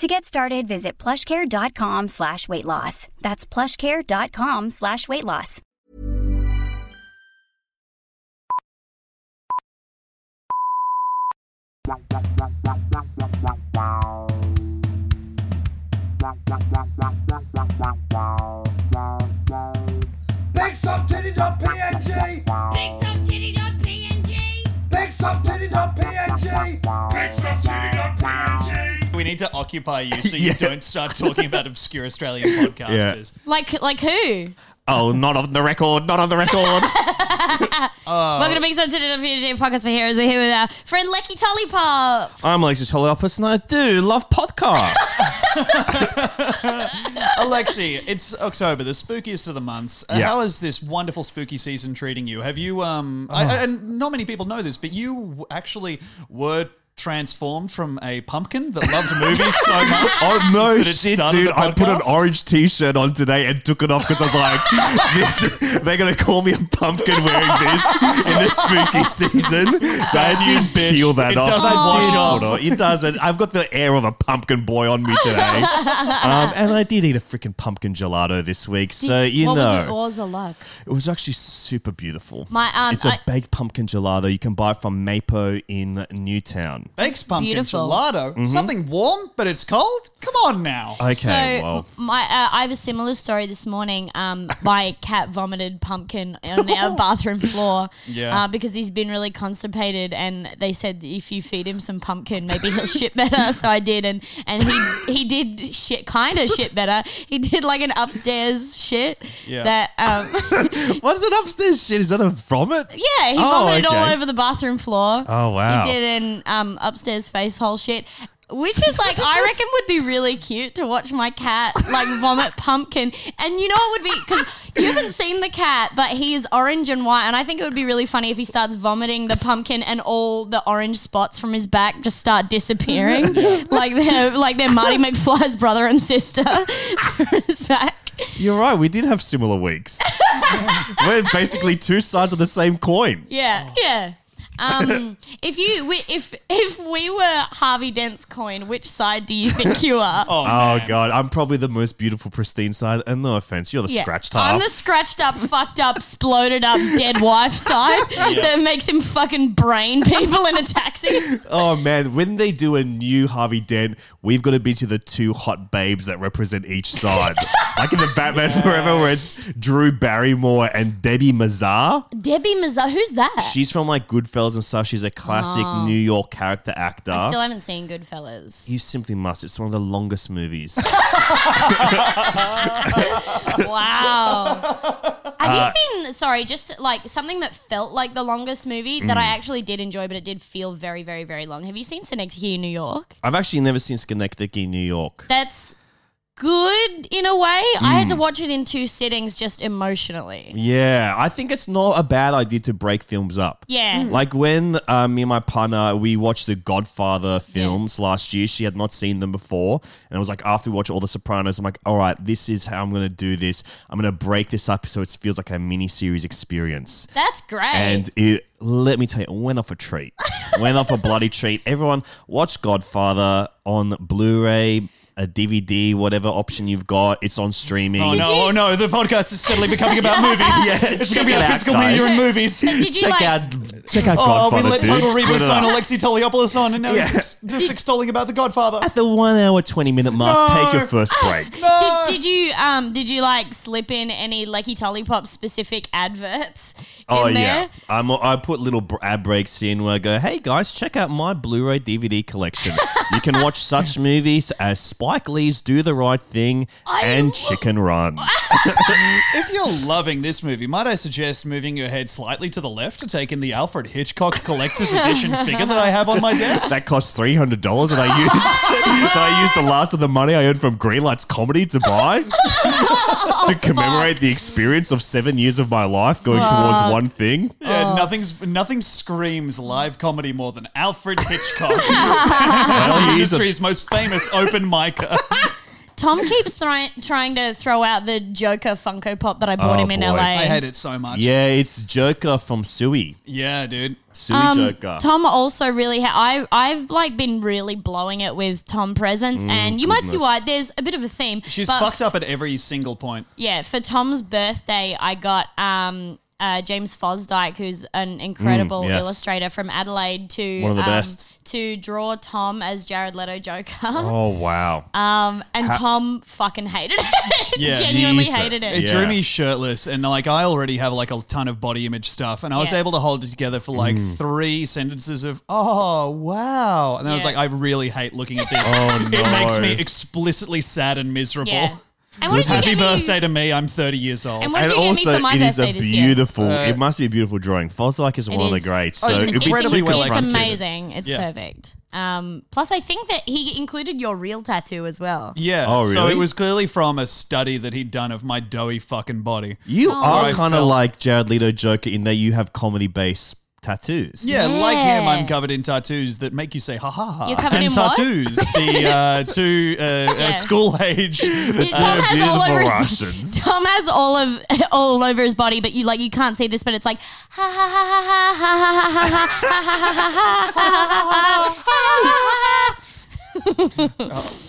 To get started, visit plushcare.com slash weight loss. That's plushcare.com slash weight loss. BigSoftTitty.png BigSoftTitty.png. BigSoftTitty.png BigSoftTitty.png We need to occupy you so you don't start talking about obscure Australian podcasters. Like, like who? Oh, not on the record, not on the record. Welcome to BigSoftTitty.png podcast for heroes. We're here with our friend Lecky Tollipop. I'm Alexis Holopoulos and I do love podcasts. Alexi, it's October, the spookiest of the months. Uh, Yeah. How is this wonderful spooky season treating you? Have you, um, I, Oh. I- and not many people know this, but you w- actually were transformed from a pumpkin that loved movies so much. oh no, But it shit, started dude! the I put an podcast? orange T-shirt on today and took it off because I was like, this, "They're gonna call me a pumpkin wearing this in this spooky season." So I news, did bitch. peel that It off. doesn't I did wash put It It doesn't. I've got the air of a pumpkin boy on me today, um, and I did eat a freaking pumpkin gelato this week. So you what know, was it? What was it like? It was actually super beautiful. My, um, it's a I- baked pumpkin gelato you can buy from Mapo in Newtown. Bakes pumpkin beautiful. gelato. Mm-hmm. Something warm, but it's cold? Come on now. Okay, So well, my, uh, I have a similar story this morning. Um, my cat vomited pumpkin on our bathroom floor. Yeah. Uh, because he's been really constipated, and they said if you feed him some pumpkin, maybe he'll shit better. So I did, and and he he did shit kind of shit better. He did like an upstairs shit. Yeah. That um, what is it upstairs? Shit, is that a vomit? yeah, he Oh, vomited all okay. over the bathroom floor. Oh, wow. He did an um, upstairs face hole shit. Which is like I reckon would be really cute to watch my cat like vomit pumpkin, and you know it would be because you haven't seen the cat, but he is orange and white, and I think it would be really funny if he starts vomiting the pumpkin and all the orange spots from his back just start disappearing, like they're like they're Marty McFly's brother and sister from his back. You're right. We did have similar weeks. We're basically two sides of the same coin. Yeah, yeah. Um, if you we, if if we were Harvey Dent's coin, which side do you think you are? Oh, Oh man. god, I'm probably the most beautiful, pristine side. And no offense, you're the Yeah. scratched I'm half. the scratched up, fucked up, sploded up, dead wife side that makes him fucking brain people in a taxi. oh man, when they do a new Harvey Dent, we've got to be to the two hot babes that represent each side, like in the Batman Forever, where it's Drew Barrymore and Debbie Mazar. Debbie Mazar, who's that? She's from like Goodfellas and stuff. She's a classic New York character actor. Oh. I still haven't seen Goodfellas. you simply must. It's one of the longest movies. Wow. Have Uh, you seen, sorry, just like something that felt like the longest movie that I Mm. actually did enjoy, but it did feel very, very, very long. Have you seen Synecdoche, New York? I've actually never seen Schenectady, New York. that's good in a way. I had to watch it in two sittings just emotionally. Mm. Yeah, I think it's not a bad idea to break films up. Yeah. Like when uh, me and my partner we watched the Godfather films last year, she had not seen them before, and I was like, after we watch all the Sopranos, I'm like, all right, this is how I'm gonna do this. I'm gonna break this up so it feels like a mini series experience. That's great. And it, let me tell you, it went off a treat. went off a bloody treat. Everyone, watch Godfather on Blu-ray, a DVD, whatever option you've got. It's on streaming. Oh no, oh no, the podcast is steadily becoming about movies. Yeah, it's check becoming it a out, physical guys. media and movies. did you Check like out Check out Oh, we Godfather, let dude. Total Split Reboot it sign up. Alexi Toliopoulos on, and now he's Yeah. ex- just extolling about The Godfather. At the one hour, 20 minute mark, No. take your first break. Did, did you um did you like slip in any Lucky Tollipop specific adverts in Oh there? yeah, I'm, I put little br- ad breaks in where I go, "Hey guys, check out my Blu-ray DVD collection. you can watch such movies as Spike Lee's Do the Right Thing and Chicken Run." If you're loving this movie, might I suggest moving your head slightly to the left to take in the Alfred Hitchcock Collector's Edition figure that I have on my desk? that cost three hundred dollars, and I used and I used the last of the money I earned from Greenlight's comedy to buy to commemorate the experience of seven years of my life going towards one thing. Yeah, nothing's nothing screams live comedy more than Alfred Hitchcock, the Well, he's a- industry's most famous open micer. Tom keeps thri- trying to throw out the Joker Funko Pop that I bought Oh, him in boy. LA. I hate it so much. yeah, it's Joker from Suey. Yeah, dude. Suey Joker. Um, Tom also really ha- I I've like been really blowing it with Tom presents Mm, and you might see why there's a bit of a theme. She's but fucked up at every single point. Yeah, for Tom's birthday, I got um, uh, James Fosdyke, who's an incredible Mm, yes. illustrator from Adelaide, to One of the um, best. to draw Tom as Jared Leto Joker, oh wow. Uh, and Tom fucking hated it. Yeah. genuinely Jesus. hated it. It Yeah. drew me shirtless, and like I already have like a ton of body image stuff, and I was Yeah. able to hold it together for like Mm. three sentences of "Oh wow," and I was Yeah. like, "I really hate looking at this. Oh, It makes no. me explicitly sad and miserable." Yeah. And what did you Happy get me? birthday to me! I'm 30 years old. And what did you get me for my it is birthday a this year? beautiful. Uh, it must be a beautiful drawing. Fosdike is It one of is. the greats. Oh, so it's it'd be incredibly super well It's fun to- amazing. It's Yeah. perfect. Um, plus, I think that he included your real tattoo as well. yeah. Oh, So really? it was clearly from a study that he'd done of my doughy fucking body. You I are kind of felt- like Jared Leto Joker in that you have comedy based tattoos. Yeah, like him, Yeah. I'm covered in tattoos that make you say ha ha ha. You're covered and in what? tattoos, the uh, two uh, uh, school age. Tom has all beautiful over Russians. his Tom has all of all over his body, but you like you can't see this, but it's like ha ha ha ha ha ha ha ha ha ha ha ha ha ha ha ha ha ha.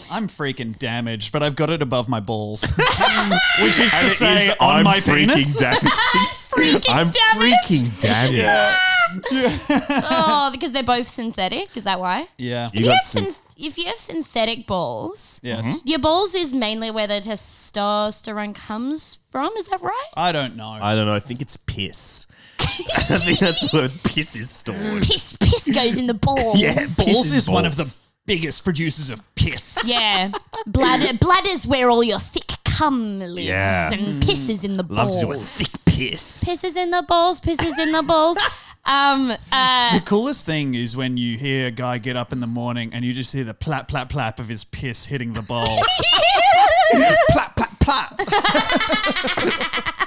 I'm freaking damaged, but I've got it above my balls, which is to And it say is, on I'm my freaking penis. damaged. I'm freaking damaged. Oh, because they're both synthetic. Is that why? yeah. You If you got have some, syn- if you have synthetic balls, Yes. your balls is mainly where the testosterone comes from. Is that right? I don't know. I don't know. I think it's piss. I think that's where piss is stored. Piss, piss goes in the balls. Yeah, balls piss in is one of the balls. biggest producers of piss. Yeah, bladder bladders where all your thick cum lives Yeah. and pisses in the Love balls. to do a thick piss. Pisses in the balls. Pisses in the balls. Um, uh, The coolest thing is when you hear a guy get up in the morning and you just hear the plap, plap, plap of his piss hitting the bowl. plap, plap, plap.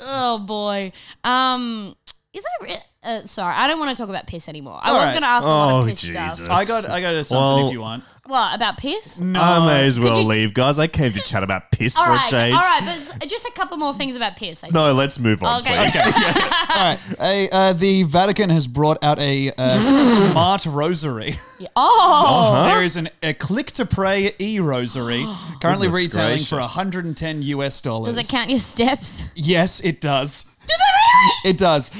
oh boy. Um, is that re- uh, sorry? I don't want to talk about piss anymore. I was right. going to ask a lot Oh, of piss Jesus. stuff. I got, I got something Well- if you want. What about piss? I may as well you- leave, guys. I came to chat about piss All for right, a change. all right, but s- just a couple more things about piss. I think. No, let's move on, Okay. please. All right. A, uh, the Vatican has brought out a uh, smart rosary. Oh, Uh-huh. There is an a click to pray e rosary currently Goodness retailing for gracious. 110 US dollars. does it count your steps? Yes, it does. Does it really? It does.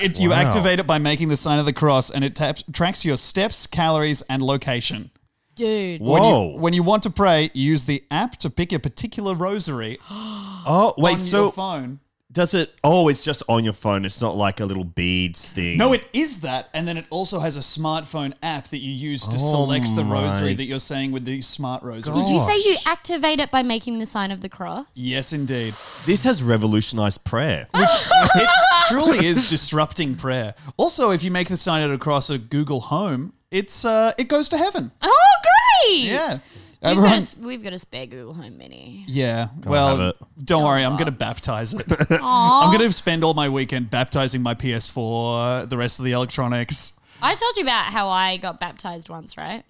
It, You Wow. activate it by making the sign of the cross, and it taps, tracks your steps, calories, and location. Dude, When you- Whoa. When you, want to pray, you use the app to pick a particular rosary oh, wait. on so your phone. does it? Oh, it's just on your phone. It's not like a little beads thing. No, it is that, and then it also has a smartphone app that you use to Oh select the my rosary that you're saying with the smart rosary. did you say you gosh. activate it by making the sign of the cross? Yes, indeed. This has revolutionized prayer. It truly is disrupting prayer. Also, if you make the sign out across a Google Home, it's uh, it goes to heaven. Oh, great! Yeah, We've got, a, everyone. s- we've got a spare Google Home Mini. Yeah. have well, it. don't worry. I'm going to baptize it. I'm going to spend all my weekend baptizing my PS4, the rest of the electronics. I told you about how I got baptized once, right?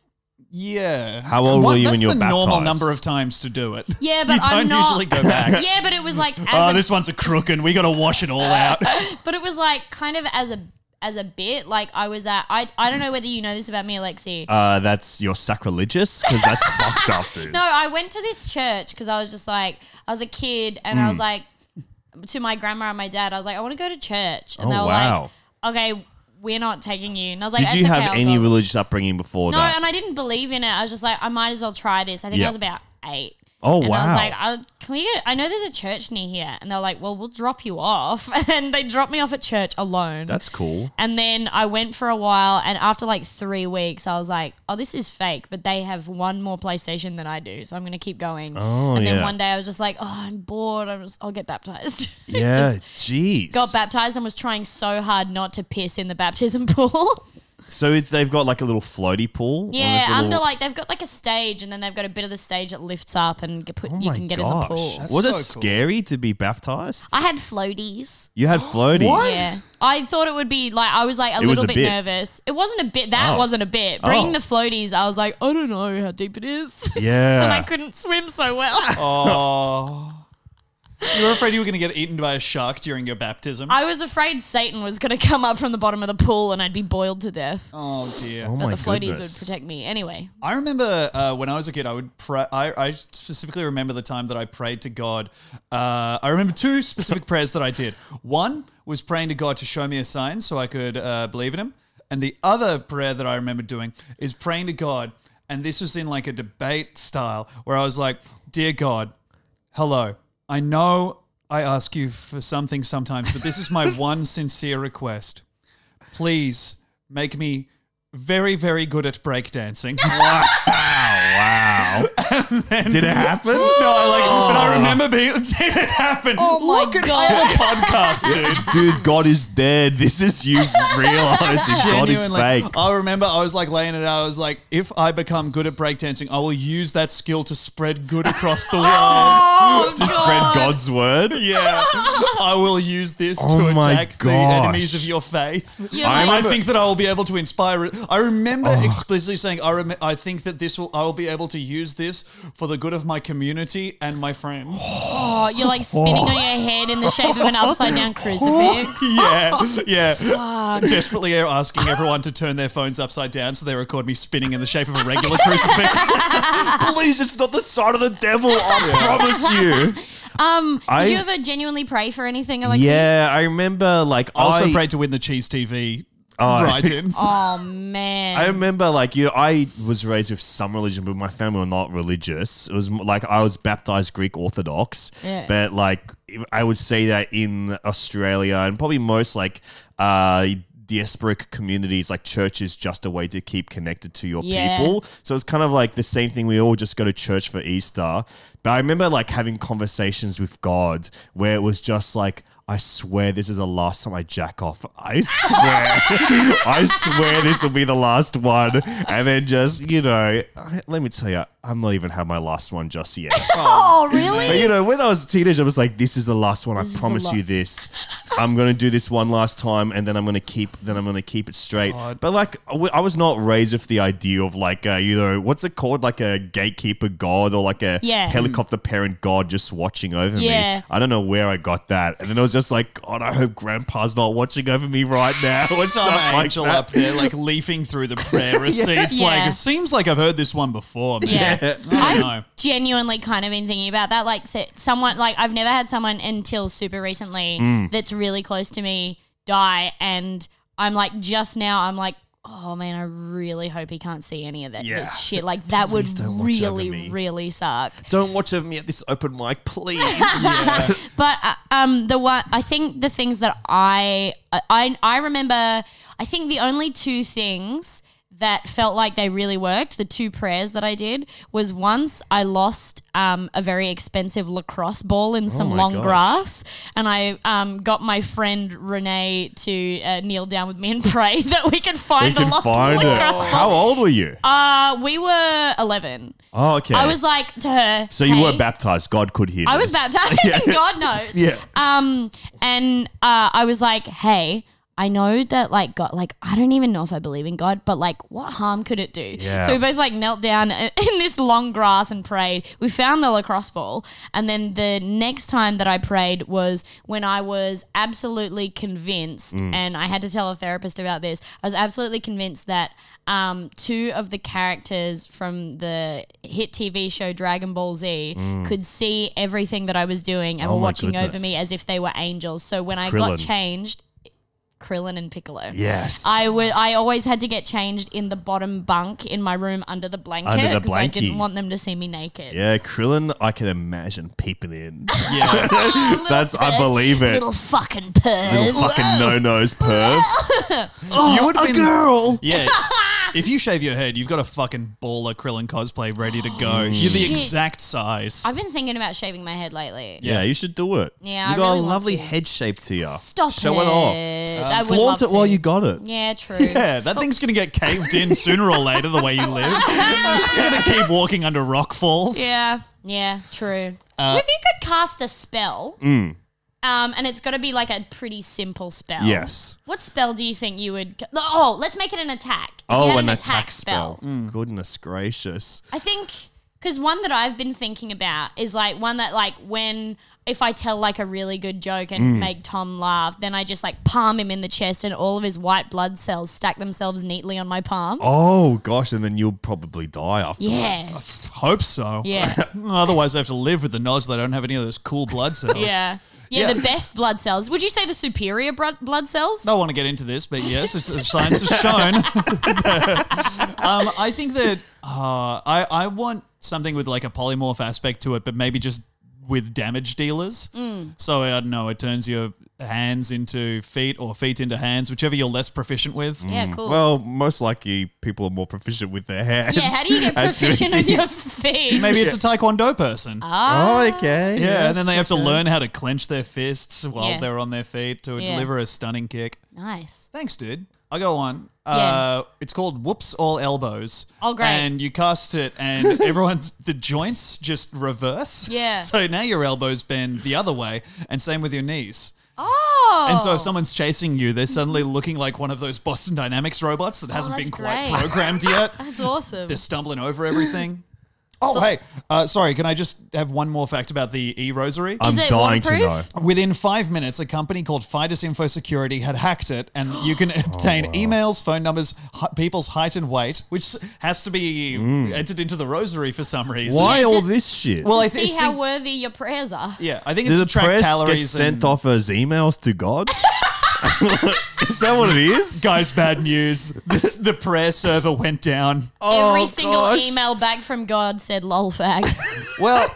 Yeah. How old What- were you that's when you were the normal baptized? number of times to do it. Yeah, but you don't I'm not. usually go back. Yeah, but it was like as Oh, a, this one's a crook, and we got to wash it all out. but it was like kind of as a as a bit. Like I was at I I don't know whether you know this about me, Alexi. Uh, that's you're sacrilegious because that's fucked up, dude. no, I went to this church because I was just like I was a kid and I was like to my grandma and my dad. I was like, I want to go to church, and Oh, they were wow. like, Okay, we're not taking you. And I was like, Did "That's you okay, have I'll any go." religious upbringing before No, that? and I didn't believe in it. I was just like, I might as well try this. I think Yeah. I was about eight. Oh, and I wow. was like, I, can we get? I know there's a church near here, and they're like, well, we'll drop you off, and they dropped me off at church alone. That's cool. And then I went for a while, and after like three weeks, I was like, "Oh, this is fake." But they have one more PlayStation than I do, so I'm gonna keep going. Oh, and yeah. then one day I was just like, "Oh, I'm bored. I'm just, I'll get baptized." Yeah, Just jeez. got baptized and was trying so hard not to piss in the baptism pool. So it's, they've got like a little floaty pool. on this yeah, little- under like they've got like a stage, and then they've got a bit of the stage that lifts up and get put, Oh you my can get gosh. in the pool. That's Was it so cool. scary to be baptized? I had floaties. You had floaties. Yeah. I thought it would be like I was like a It was little a bit, bit. nervous. It wasn't a bit that Oh. wasn't a bit. Bringing Oh. the floaties, I was like, I don't know how deep it is. Yeah. and I couldn't swim so well. Oh. You were afraid you were going to get eaten by a shark during your baptism. I was afraid Satan was gonna come up from the bottom of the pool and I'd be boiled to death. oh dear. Oh but my the floaties goodness. would protect me. Anyway. I remember uh, when I was a kid, I would pray. I, I specifically remember the time that I prayed to God. Uh, I remember two specific prayers that I did. One was praying to God to show me a sign so I could uh, believe in Him, and the other prayer that I remember doing is praying to God. And this was in like a debate style where I was like, "Dear God, hello. I know I ask you for something sometimes, but this is my one sincere request. Please make me." Very, very good at breakdancing. Wow. Did it happen? No, I like, but Oh. I remember being. Did it happen? Oh my Look at God. all the podcasts, dude. Dude, God is dead. This is you realize is God is Genuinely. Oh fake. I remember I was like laying it out. I was like, if I become good at breakdancing, I will use that skill to spread good across the world. Oh to spread God's word. yeah, I will use this Oh to my attack the gosh. enemies of your faith. Yeah, I, I remember- Oh. think that I will be able to inspire. I remember explicitly saying, I, rem- I think that this will. I will be able to use this for the good of my community and my friends. Oh, you're like spinning on your head in the shape of an upside down crucifix. Oh. yeah, yeah. Desperately asking everyone to turn their phones upside down so they record me spinning in the shape of a regular crucifix. Please, it's not the sign of the devil. I promise you. Um, I- did you ever genuinely pray for anything, Alexis? Yeah, I remember like I also I, prayed to win the Cheese TV Oh. write-ins. Oh man. I remember, like you, know, I was raised with some religion, but my family were not religious. It was m- like I was baptized Greek Orthodox, Yeah. but like I would say that in Australia and probably most like uh, diasporic communities, like church is just a way to keep connected to your Yeah. people. So it's kind of like the same thing. We all just go to church for Easter, but I remember like having conversations with God where it was just like. I swear this is the last time I jack off. I swear. I swear this will be the last one. And then just, you know, I- let me tell you, I'm not even had my last one just yet. oh really? But you know, when I was a teenager, I was like, "This is the last one. I the promise you last- this. I'm gonna do this one last time, and then I'm gonna keep. Then I'm gonna keep it straight." But like, I w- I was not raised with the idea of like, uh, you know, what's it called, like a gatekeeper god or like a Yeah. helicopter parent god just watching over Yeah. me. I don't know where I got that, and then I was just like, "God, I hope Grandpa's not watching over me right now." and Some stuff like angel that. up there, like leafing through the prayer receipts. Like Yeah. it seems like I've heard this one before. Man. Yeah. I don't know. genuinely kind of been thinking about that. Like, so- someone, like, I've never had someone until super recently Mm. that's really close to me die. And I'm like, just now, I'm like, oh man, I really hope he can't see any of that Yeah. this shit. Like, that would Please don't watch over me. really, really suck. Don't watch over me at this open mic, please. But uh, um, the one I think the things that I uh, I I remember I think the only two things that felt like they really worked the two prayers that I did was once I lost um, a very expensive lacrosse ball in some Oh my long gosh. grass and I um, got my friend Renee to uh, kneel down with me and pray that we could They find the can lost find lacrosse it. How ball. old were you? Uh, we were 11. oh, okay. I was like to her So you were "Hey, baptized. God could hear. I was this. baptized, and God knows. Yeah. Um, and uh, I was like, hey, I know that like God, like I don't even know if I believe in God, but like what harm could it do? Yeah. So we both like knelt down i- in this long grass and prayed. We found the lacrosse ball, and then the next time that I prayed was when I was absolutely convinced, Mm. and I had to tell a therapist about this. I was absolutely convinced that um, two of the characters from the hit TV show Dragon Ball Z could see everything that I was doing and Mm. Oh were my watching over goodness. me as if they were angels. So when I got Krillin. changed, Krillin and Piccolo. Yes. I would. I always had to get changed in the bottom bunk in my room under the Under blanket the because I didn't blankie. want them to see me naked. yeah, Krillin, I can imagine peeping in. Yeah. Little That's, I perv. believe it. Little fucking perv. Little fucking no nose perv. you would have been Oh, girl. Yeah. if you shave your head, you've got a fucking baller Krillin cosplay ready to go. You're the Shit. exact size. I've been thinking about shaving my head lately. Yeah, you should do it. Yeah, you I got really a want lovely to. head shape to you. Stop Show it. it off. I would Uh, Flaunt love it while to. you got it. Yeah, true. yeah, that thing's gonna get caved in sooner or later the way you live. You're gonna keep walking under rock falls. Yeah, yeah, true. Uh, if you could cast a spell, mm. um, and it's got to be like a pretty simple spell. Yes. What spell do you think you would? ca- Oh, let's make it an attack. If you Oh, had an, attack, spell. Goodness gracious. I think because one that I've been thinking about is like one that like when if I tell like a really good joke Mm. and make Tom laugh, then I just like palm him in the chest, and all of his white blood cells stack themselves neatly on my palm. Oh gosh, and then you'll probably die afterwards. yeah, Hope so. Yeah. Otherwise, I have to live with the knowledge that I don't have any of those cool blood cells. yeah, yeah. Yeah. The best blood cells. Would you say the superior bro- blood cells? I don't want to get into this, but yes, it's, it's science has shown. um, I think that uh, I I want something with like a polymorph aspect to it, but maybe just with damage dealers. Mm. So I don't know. It turns your hands into feet or feet into hands, whichever you're less proficient with. Yeah, cool. Mm. Well, most likely people are more proficient with their hands. yeah, how do you get at doing proficient with your these. feet? Maybe it's a taekwondo person. Ah, Oh, okay. Ah, yeah, and then they have to okay. learn how to clench their fists while Yeah. they're on their feet to Yeah. deliver a stunning kick. Nice. Thanks, dude. I go on. Uh, it's called Whoops All Elbows. Oh, great. And you cast it, and everyone's the joints just reverse. Yeah. So now your elbows bend the other way, and same with your knees. Oh. And so if someone's chasing you, they're suddenly looking like one of those Boston Dynamics robots that hasn't Oh, that's been quite great. programmed yet. That's awesome. they're stumbling over everything. Oh, hey. Uh, sorry, can I just have one more fact about the e rosary? I'm Is it dying to know. waterproof? Within five minutes, a company called Fidus Info Security had hacked it, and you can Oh, obtain emails, phone numbers, hi- people's height and weight, which has to be entered into the rosary for some reason. Mm. Why Yeah, all did- this shit? Well, I see think how worthy your prayers are. yeah, I think it's Does to the track press get calories. sent and- off as emails to God? is that what it is? Guys, bad news. This, the prayer server went down. Every single Oh, gosh. email back from God said lol fag. Well,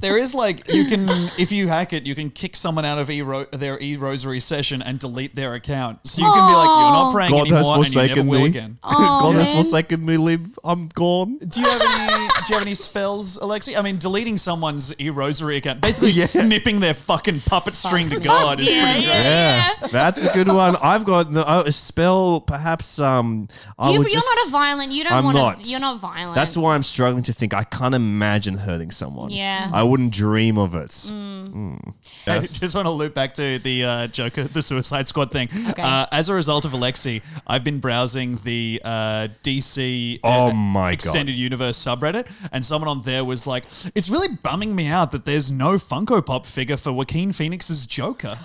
there is like you can if you hack it, you can kick someone out of e their e rosary session and delete their account. So you can be like, you're not praying God has anymore, and you never forsaken will me. again. God has man. forsaken me. Live, I'm gone. Do you have any? do you have any spells, Alexi? I mean, deleting someone's e rosary account, basically snipping their fucking puppet string to God, is yeah, pretty yeah, great. yeah. That's a good one. I've got no, oh, a spell, perhaps. Um, I You, would you're just, not a violent. You don't I'm want not. to. You're not violent. That's why I'm struggling to think. I can't imagine hurting someone. Yeah. Mm. I wouldn't dream of it. Mm. I just want to loop back to the uh, Joker, the Suicide Squad thing. Uh, as a result of Alexi, I've been browsing the uh, DC uh, Oh my God. extended universe subreddit, and someone on there was like, "It's really bumming me out that there's no Funko Pop figure for Joaquin Phoenix's Joker."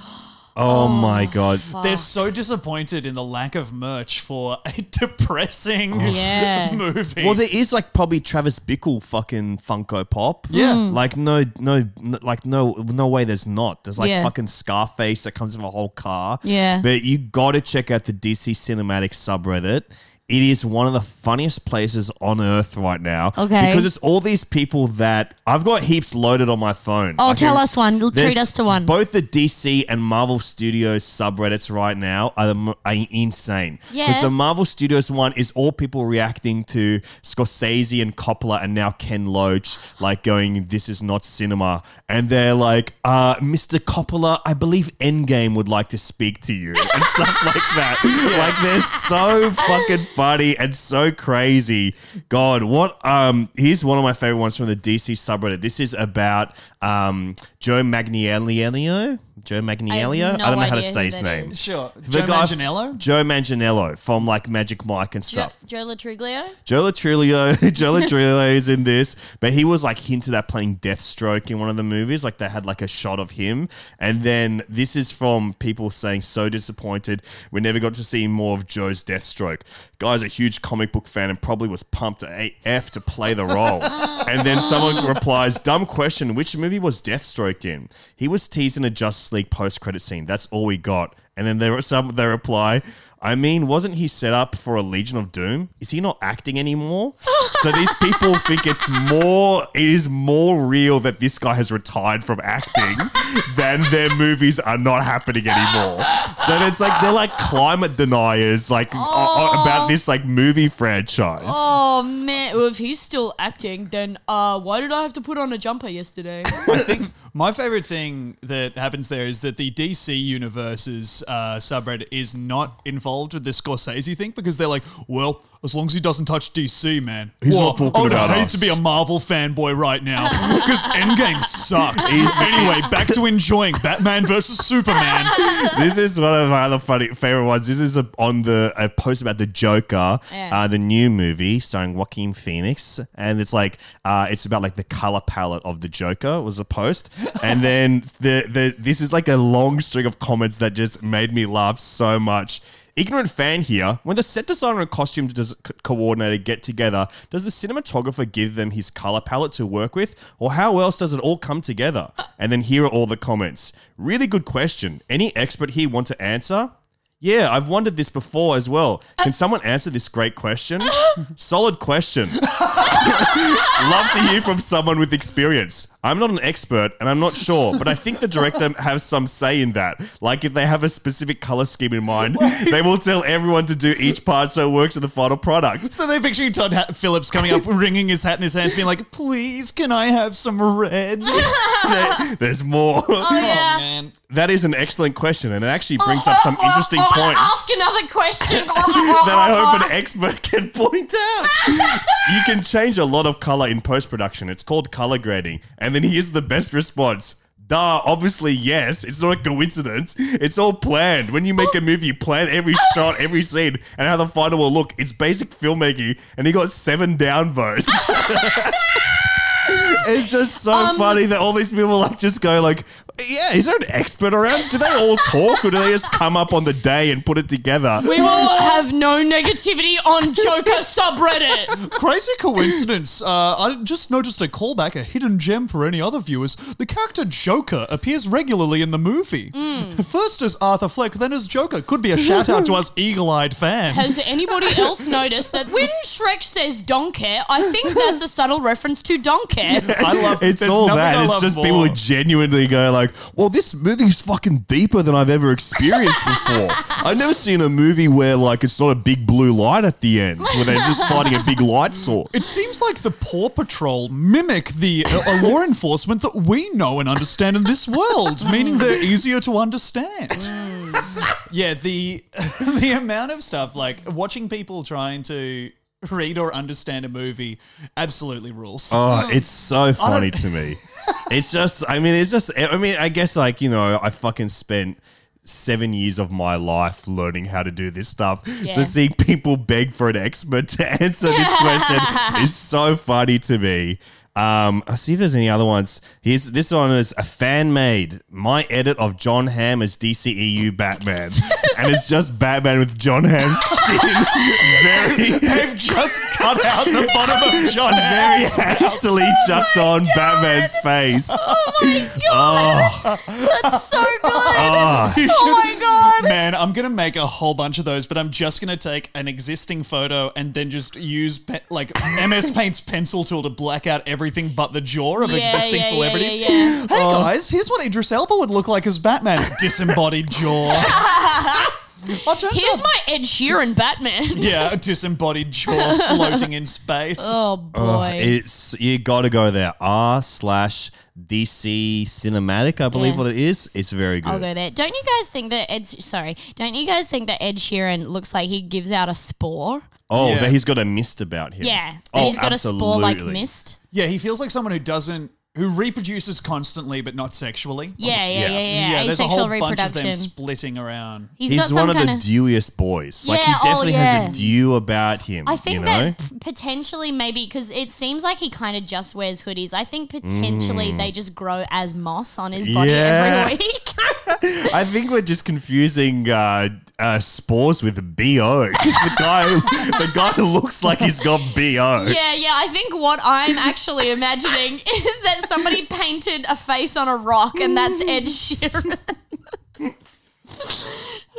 Oh, my god. They're so disappointed in the lack of merch for a depressing Yeah. movie. Well, there is like probably Travis Bickle fucking Funko Pop. Yeah. Hmm. Like no, no, no, like no, no way. There's not. There's like Yeah. fucking Scarface that comes with a whole car. Yeah. But you got to check out the DC Cinematic subreddit. It is one of the funniest places on earth right now. Okay. Because it's all these people that I've got heaps loaded on my phone. I Oh, can- tell us one. L- treat there's- us to one. Both the DC and Marvel Studios subreddits right now are, the, mo- are insane. Yeah. Because the Marvel Studios one is all people reacting to Scorsese and Coppola and now Ken Loach, like going, this is not cinema. And they're like, uh, Mr. Coppola, I believe Endgame would like to speak to you and stuff like that. Like they're so fucking funny and so crazy. God, what um here's one of my favorite ones from the DC subreddit. This is about um Joe Magnielio. Joe Magnielio. I, no don't know how to idea say who his that name. is. Sure. The Joe guy- Manganiello? Joe Manganiello from like Magic Mike and Jo- stuff. Joe Latriglio? Joe Latrulio, Joe Latrulio is in this, but he was like hinted at playing Deathstroke in one of the movies. Like they had like a shot of him, and then this is from people saying so disappointed we never got to see more of Joe's Deathstroke. Guy's a huge comic book fan and probably was pumped to AF to play the role. and then someone replies, "Dumb question. Which movie was Deathstroke in? He was teased in a Justice League post-credit scene. That's all we got." And then there were some. They reply. I mean, wasn't he set up for a Legion of Doom? Is he not acting anymore? so these people think it's more it is more real that this guy has retired from acting than their movies are not happening anymore. So it's like they're like climate deniers, like o- o- about this like movie franchise. Oh man, well, if he's still acting, then uh, why did I have to put on a jumper yesterday? I think my favorite thing that happens there is that the DC universe's uh, subreddit is not involved with the Scorsese thing because they're like, well, as long as he doesn't touch DC, man, He's Well, not talking I would about hate us. to be a Marvel fanboy right now because Endgame sucks. anyway, back to enjoying Batman versus Superman. this is one of my other funny favorite ones. This is a, on the a post about the Joker, uh, the new movie starring Joaquin Phoenix, and it's like uh, it's about like the color palette of the Joker was a post, and then the the this is like a long string of comments that just made me laugh so much. Ignorant fan here. When the set designer and costume des- co- coordinator get together, does the cinematographer give them his color palette to work with, or how else does it all come together? And then here are all the comments. Really good question. Any expert here want to answer? Yeah, I've wondered this before as well. Can someone answer this great question? Solid question. Love to hear from someone with experience. I'm not an expert and I'm not sure, but I think the director has some say in that. Like if they have a specific color scheme in mind, they will tell everyone to do each part so it works in the final product. So they picture Todd Ha- Phillips coming up, wringing his hat in his hands, being like, please, can I have some red? oh, There- There's more. man. That is an excellent question and it actually brings Oh, up some interesting points. Ask another question. that I hope an expert can point out. you can change a lot of color in post production. It's called color grading. And then here's the best response. Duh, obviously, yes. It's not a coincidence. It's all planned. When you make a movie, you plan every shot, every scene, and how the final will look. It's basic filmmaking, and he got seven downvotes. it's just so funny that all these people like just go like, yeah, is there an expert around? Do they all talk, or do they just come up on the day and put it together? We will have no negativity on Joker subreddit. Crazy coincidence. Uh, I just noticed a callback, a hidden gem for any other viewers. The character Joker appears regularly in the movie. First as Arthur Fleck, then as Joker. Could be a shout out to us eagle eyed fans. Has anybody else noticed that when Shrek says don't care, I think that's a subtle reference to don't care. I love It's there's all nothing that. I It's love just more. people who genuinely go like, "Well, this movie's fucking deeper than I've ever experienced before. I've never seen a movie where like it's not a big blue light at the end, where they're just fighting a big light source." It seems like the Paw Patrol mimic the uh, uh, law enforcement that we know and understand in this world, meaning they're easier to understand. yeah, the the amount of stuff like watching people trying to read or understand a movie absolutely rules. Oh, it's so funny to me. It's just, I mean, it's just, I mean, I guess, like, you know, I fucking spent seven years of my life learning how to do this stuff. So Yeah. seeing people beg for an expert to answer this question is so funny to me. Um, I see if there's any other ones. Here's this one is a fan made my edit of John Hamm as DCEU Batman, and it's just Batman with John Hamm's skin very They've just cut out the bottom of John very Harris. hastily chucked on Batman's face. Oh my god. That's so good. oh my god. Man, I'm gonna make a whole bunch of those, but I'm just gonna take an existing photo and then just use pe- like MS Paint's pencil tool to black out everything but the jaw of Yeah, existing yeah, yeah, celebrities. Oh. yeah, yeah. Hey guys, here's what Idris Elba would look like as Batman: disembodied jaw. Oh, turns Here's out- my Ed Sheeran Batman. yeah, a disembodied jaw floating in space. Oh boy. It's you got to go there. R slash DC cinematic, I believe Yeah. what it is. It's very good. I'll go there. Don't you guys think that Ed? Sorry, don't you guys think that Ed Sheeran looks like he gives out a spore? Oh, Yeah. that he's got a mist about him. Yeah, that Oh, he's got a spore like absolutely. mist. Yeah, he feels like someone who doesn't who reproduces constantly but not sexually. Yeah, yeah, yeah, Yeah. yeah. there's Asexual a whole bunch reproduction. of them splitting around. he's He's got some one of kind the of. dewiest boys. like he Yeah, oh, definitely yeah. has a dew about him. I you think know? that p- potentially maybe because it seems like he kind of just wears hoodies. I think potentially they just grow as moss on his body Mm. Yeah. every week. I think we're just confusing uh, uh, spores with bo because the guy the guy looks like he's got bo. Yeah, yeah. I think what I'm actually imagining is that somebody painted a face on a rock, and that's Ed Sheeran.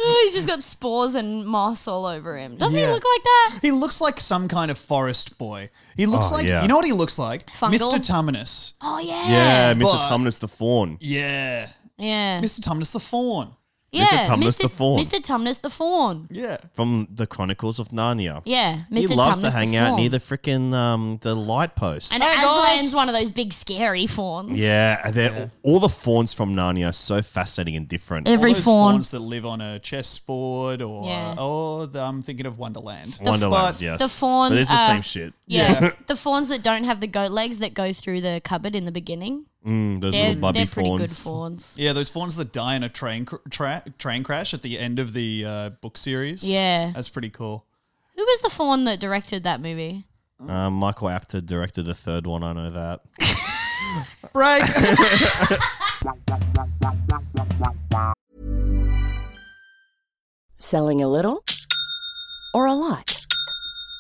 Oh, He's just got spores and moss all over him. Doesn't he Yeah. look like that? He looks like some kind of forest boy. He looks Oh, like yeah. you know what he looks like, Fungal? Mr. Tumnus. Oh Yeah, yeah, Mr. but- Tumnus the Fawn. Yeah, yeah, Mr. Tumnus the fawn. yeah. Tumnus the Fawn. Mr. Tumnus the Fawn. Yeah, From the Chronicles of Narnia. Yeah, Mr. He loves to Tumnus the hang out Fawn. near the freaking um, the light post. And Hey, guys. Aslan's one of those big scary fawns. yeah, and they're all the fawns from Narnia are so fascinating and different. Every All those fawn. fawns that live on a chessboard, or Yeah. oh, the, I'm thinking of Wonderland. Wonderland, But- yes. the fawn, But it's the uh, same shit. Yeah. the fawns that don't have the goat legs that go through the cupboard in the beginning. Mm, those They're, little bubby they're pretty good fawns. fawns. Yeah, those fawns that die in a train cr- tra- train crash at the end of the uh, book series. Yeah. that's pretty cool. Who was the fawn that directed that movie? Um, Michael Apted directed the third one. I know that. Break. Selling a little or a lot?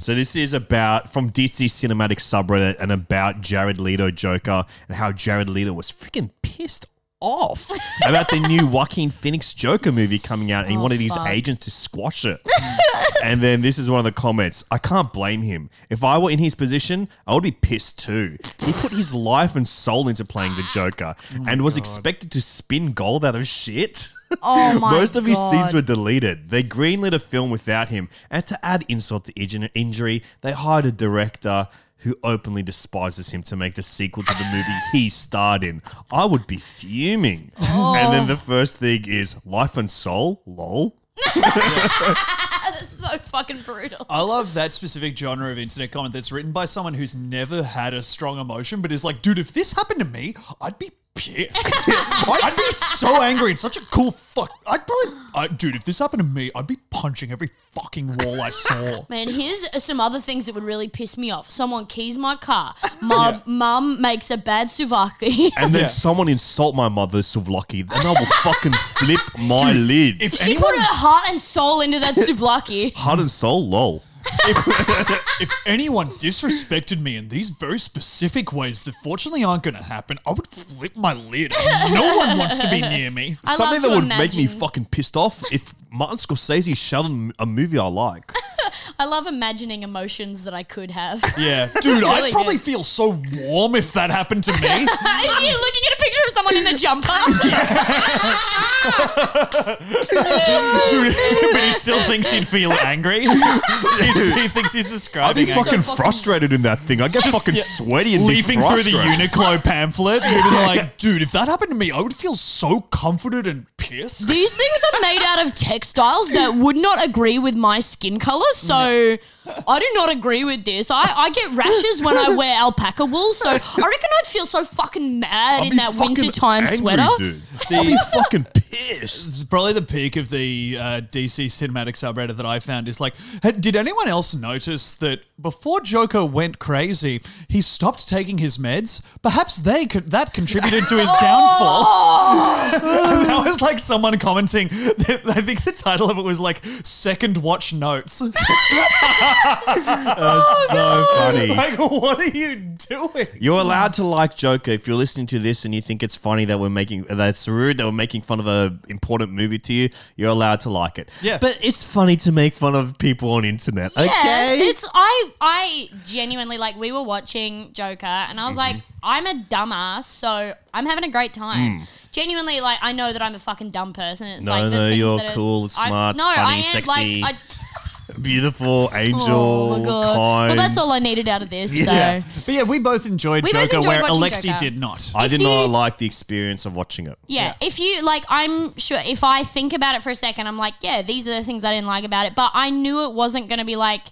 So this is about from DC Cinematic subreddit and about Jared Leto Joker and how Jared Leto was freaking pissed off about the new Joaquin Phoenix Joker movie coming out and he wanted his agents to squash it. and then this is one of the comments. I can't blame him. If I were in his position, I would be pissed too. He put his life and soul into playing the Joker and was expected to spin gold out of shit. Oh my Most of his scenes God. were deleted. They greenlit a film without him. And to add insult to inj- injury, they hired a director who openly despises him to make the sequel to the movie he starred in. I would be fuming. And Oh. then the first thing is Life and Soul, lol. That's so fucking brutal. I love that specific genre of internet comment that's written by someone who's never had a strong emotion, but is like, dude, if this happened to me, I'd be pissed. I'd be so angry and such a cool fuck. I'd probably, I, dude, if this happened to me, I'd be punching every fucking wall I saw. Man, here's some other things that would really piss me off. Someone keys my car. My mum makes a bad souvlaki. And then Yeah. someone insult my mother, Suvlaki, and I will fucking flip my lid. If she anyone, put her heart and soul into that souvlaki. Heart and soul, lol. if anyone disrespected me in these very specific ways that fortunately aren't going to happen, I would flip my lid. No one wants to be near me. I Something love that to would make imagine, me fucking pissed off if Martin Scorsese shot a a movie I like. I love imagining emotions that I could have. Yeah, dude, really I'd probably good. feel so warm if that happened to me. Are you looking at a picture of someone in a jumper? Dude, but he still thinks he'd feel angry. He's- he thinks he's I'd be describing anger. fucking fucking- frustrated in that thing. I get fucking yeah, sweaty and be leafing through the frustrated. Uniqlo pamphlet. You'd be like, dude, if that happened to me, I would feel so comforted and pissed. These things are made out of textiles that would not agree with my skin color, so I do not agree with this. I, I get rashes when I wear alpaca wool, so I reckon I'd feel so fucking mad I'd in be that fucking wintertime angry, sweater. Dude. I'd be fucking pissed. It's probably the peak of the uh, DC cinematic subreddit that I found is like, "Hey, did anyone else notice that before Joker went crazy, he stopped taking his meds? Perhaps they could, that contributed to his downfall. And that was like someone commenting. That, I think the title of it was like "Second Watch Notes." Oh, so funny. like, what are you doing? You're allowed to like Joker if you're listening to this and you think it's funny that we're making that's rude that we're making fun of an important movie to you. You're allowed to like it. Yeah. but it's funny to make fun of people on internet. okay, It's I I genuinely like we were watching Joker and I was like, Mm-hmm. I'm a dumbass, so I'm having a great time. Genuinely, like I know that I'm a fucking dumb person. It's Mm. No, like the no, things you're that are- cool, smart, no, funny, I am sexy. like. I, beautiful angel, oh my god! kind. Well, that's all I needed out of this. Yeah, So but yeah, we both enjoyed We both Joker, enjoyed where watching Alexi Joker. did not. I If did not you- like the experience of watching it. Yeah. If you like, I'm sure if I think about it for a second, I'm like, yeah, these are the things I didn't like about it. But I knew it wasn't going to be like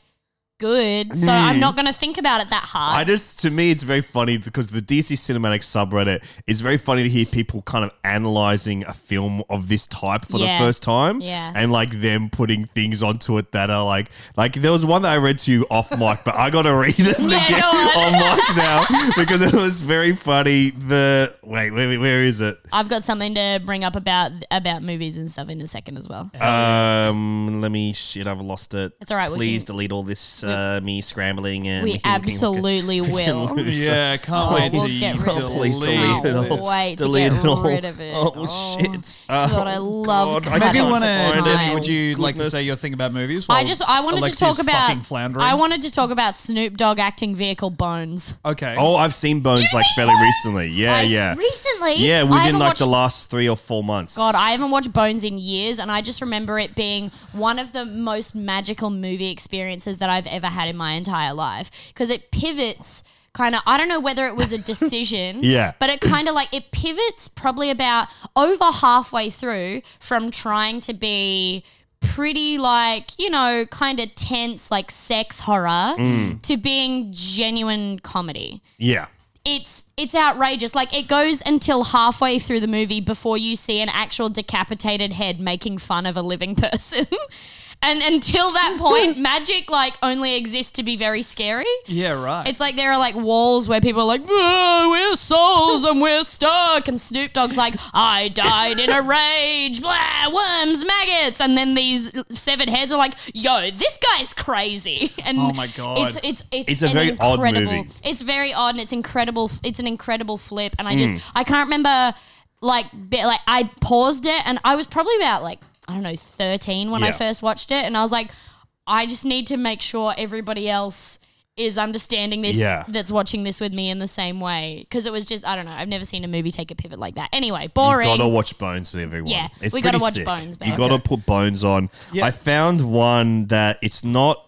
good. So I'm not going to think about it that hard. I just, to me, it's very funny because the DC cinematic subreddit is very funny to hear people kind of analyzing a film of this type for Yeah. the first time, Yeah. and like them putting things onto it that are like, like there was one that I read to you off mic, but I gotta read it Yeah, again go on. on mic now because it was very funny. The wait, wait, where is it? I've got something to bring up about about movies and stuff in a second as well. Um, let me shit, I've lost it. It's all right, we Please can- delete all this uh, me scrambling and we absolutely will. Yeah, can't Oh, wait we'll to get rid of Please Please delete delete it it. all. Wait to delete get it all. rid of it. Oh, Oh, shit. Uh, God, I love God, I Maybe Do you can't you want wanna- oh, find to, it. Debbie? Would you like Goodness. to say your thing about movies? I while just I wanted Alexi's to talk fucking about floundering. I wanted to talk about Snoop Dogg acting vehicle Bones. Okay. Oh, I've seen Bones You've like seen fairly Bones? recently. Yeah, Like, yeah. recently? I Yeah, within haven't like the watched- last three or four months. God, I haven't watched Bones in years, and I just remember it being one of the most magical movie experiences that I've ever had in my entire life because it pivots. Kind of, I don't know whether it was a decision, Yeah. but it kind of like it pivots probably about over halfway through from trying to be pretty like you know kind of tense like sex horror Mm. to being genuine comedy yeah. it's it's outrageous. Like it goes until halfway through the movie before you see an actual decapitated head making fun of a living person. and until that point, magic like only exists to be very scary. yeah, right. It's like there are like walls where people are like, "Oh, we're souls and we're stuck. And Snoop Dogg's like, I died in a rage, blah, worms, maggots. And then these severed heads are like, yo, this guy's crazy. And Oh my God. It's, it's, it's, It's a an very odd incredible- movie. It's very odd and it's incredible. It's an incredible flip. And I just, Mm. I can't remember like, bit, like I paused it and I was probably about like, I don't know, 13 when I Yeah. first watched it. And I was like, I just need to make sure everybody else is understanding this Yeah. that's watching this with me in the same way because it was just I don't know I've never seen a movie take a pivot like that anyway boring You gotta watch Bones, everyone. Yeah, it's we gotta pretty watch sick. Bones, You babe. gotta put Bones on. I found one that it's not.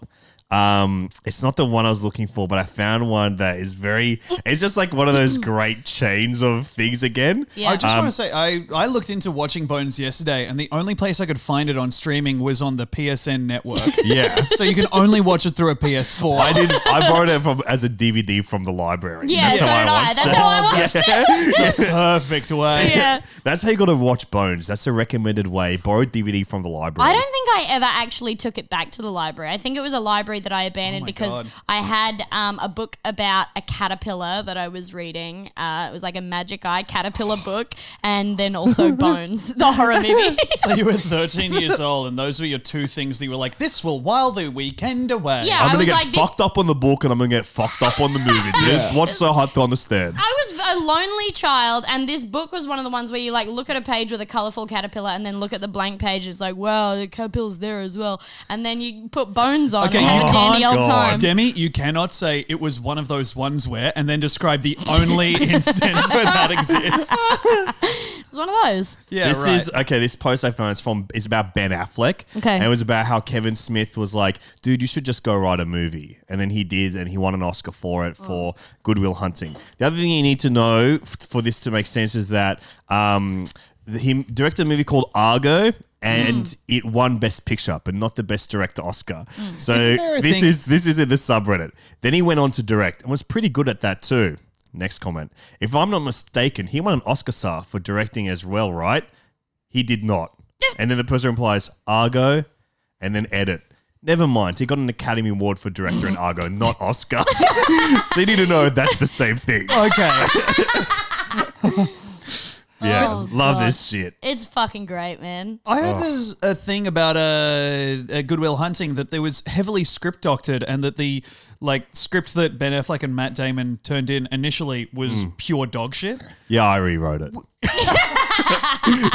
Um, it's not the one I was looking for, but I found one that is very. It's just like one of those great chains of things again. Yeah. I just want to say, I, I looked into watching Bones yesterday, and the only place I could find it on streaming was on the PSN network. Yeah. so you can only watch it through a PS4. I did. I borrowed it from as a DVD from the library. Yeah, That's so how did I. watched That's it. how I watched Perfect way. Yeah. That's how you got to watch Bones. That's a recommended way. Borrow DVD from the library. I don't think I ever actually took it back to the library. I think it was a library that I abandoned my Oh because God. I had um, a book about a caterpillar that I was reading. Uh, it was like a magic eye caterpillar book, and then also Bones, the horror movie. So you were 13 years old, and those were your two things that you were like, this will while the weekend away. Yeah. I'm I gonna was get like, this- fucked up on the book, and I'm gonna get fucked up on the movie. Dude, what's so hard to understand? I was a lonely child, and this book was one of the ones where you like look at a page with a colorful caterpillar, and then look at the blank page. It's like, wow, the caterpillar's there as well, and then you put Bones on Okay, oh, and you have a dandy can't- old time. Demi, you cannot say it was one of those ones where, and then describe the only instance where that exists. It's one of those. Yeah, this right. is okay. This post I found is from it's about Ben Affleck. Okay. and it was about how Kevin Smith was like, "Dude, you should just go write a movie," and then he did, and he won an Oscar for it for Goodwill Hunting. The other thing you need to know f- for this to make sense is that um, the- he directed a movie called Argo. And it won Best Picture, but not the Best Director Oscar. So Isn't there a this thing- is this is in the subreddit. Then he went on to direct and was pretty good at that too. Next comment: If I'm not mistaken, he won an Oscar star for directing as well, right? He did not. And then the person replies, Argo, and then edit. Never mind. He got an Academy Award for director in Argo, not Oscar. so you need to know that's the same thing. okay. Yeah. Oh, Love God. this shit. It's fucking great, man. I Oh. heard there's a thing about a, uh Goodwill Hunting that there was heavily script doctored, and that the like script that Ben Affleck and Matt Damon turned in initially was Hmm. pure dog shit. Yeah, I rewrote it.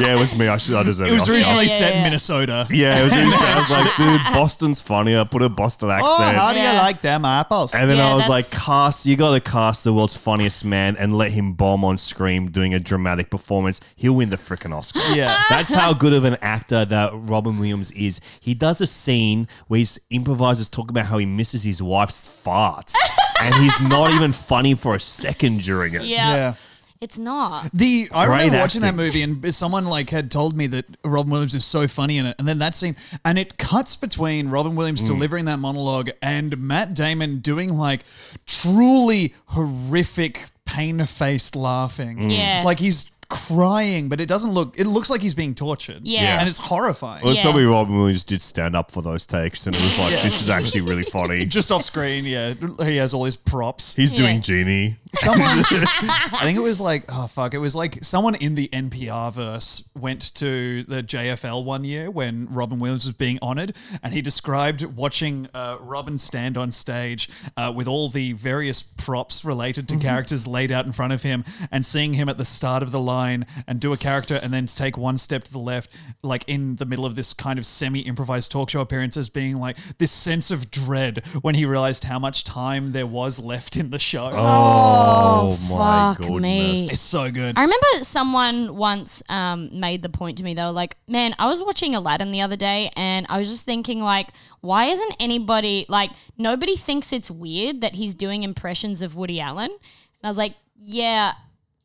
yeah, it was me. I should. I deserve It was Oscar. originally yeah, set in yeah. Minnesota. Yeah, it was really sad. I was like, dude, Boston's funnier. Put a Boston Oh, accent. how do you Yeah. like them apples? And then Yeah, I was like, that's- cast, you got to cast the world's funniest man and let him bomb on Scream doing a dramatic performance. He'll win the frickin' Oscar. Yeah. That's how good of an actor that Robin Williams is. He does a scene where he improvises talking about how he misses his wife's farts. and he's not even funny for a second during it. Yeah. It's not. The I Great remember watching that acting. movie and someone like had told me that Robin Williams is so funny in it, and then that scene and it cuts between Robin Mm. Williams delivering that monologue and Matt Damon doing like truly horrific pain faced laughing. Mm. Yeah. Like he's crying, but it doesn't look it looks like he's being tortured. Yeah. And it's horrifying. It was Yeah. probably Robin Williams did stand up for those takes and it was like, this is actually really funny. Just off screen, yeah. He has all his props. He's doing Yeah. Genie. someone I think it was like oh fuck it was like someone in the NPR verse went to the JFL one year when Robin Williams was being honored and he described watching uh, Robin stand on stage uh, with all the various props related to characters laid out in front of him and seeing him at the start of the line and do a character and then take one step to the left like in the middle of this kind of semi improvised talk show appearance as being like this sense of dread when he realized how much time there was left in the show Oh, my fuck goodness. me. it's so good. I remember someone once um, made the point to me. They were like, "Man, I was watching Aladdin the other day, and I was just thinking, like, why isn't anybody like nobody thinks it's weird that he's doing impressions of Woody Allen?" And I was like, "Yeah,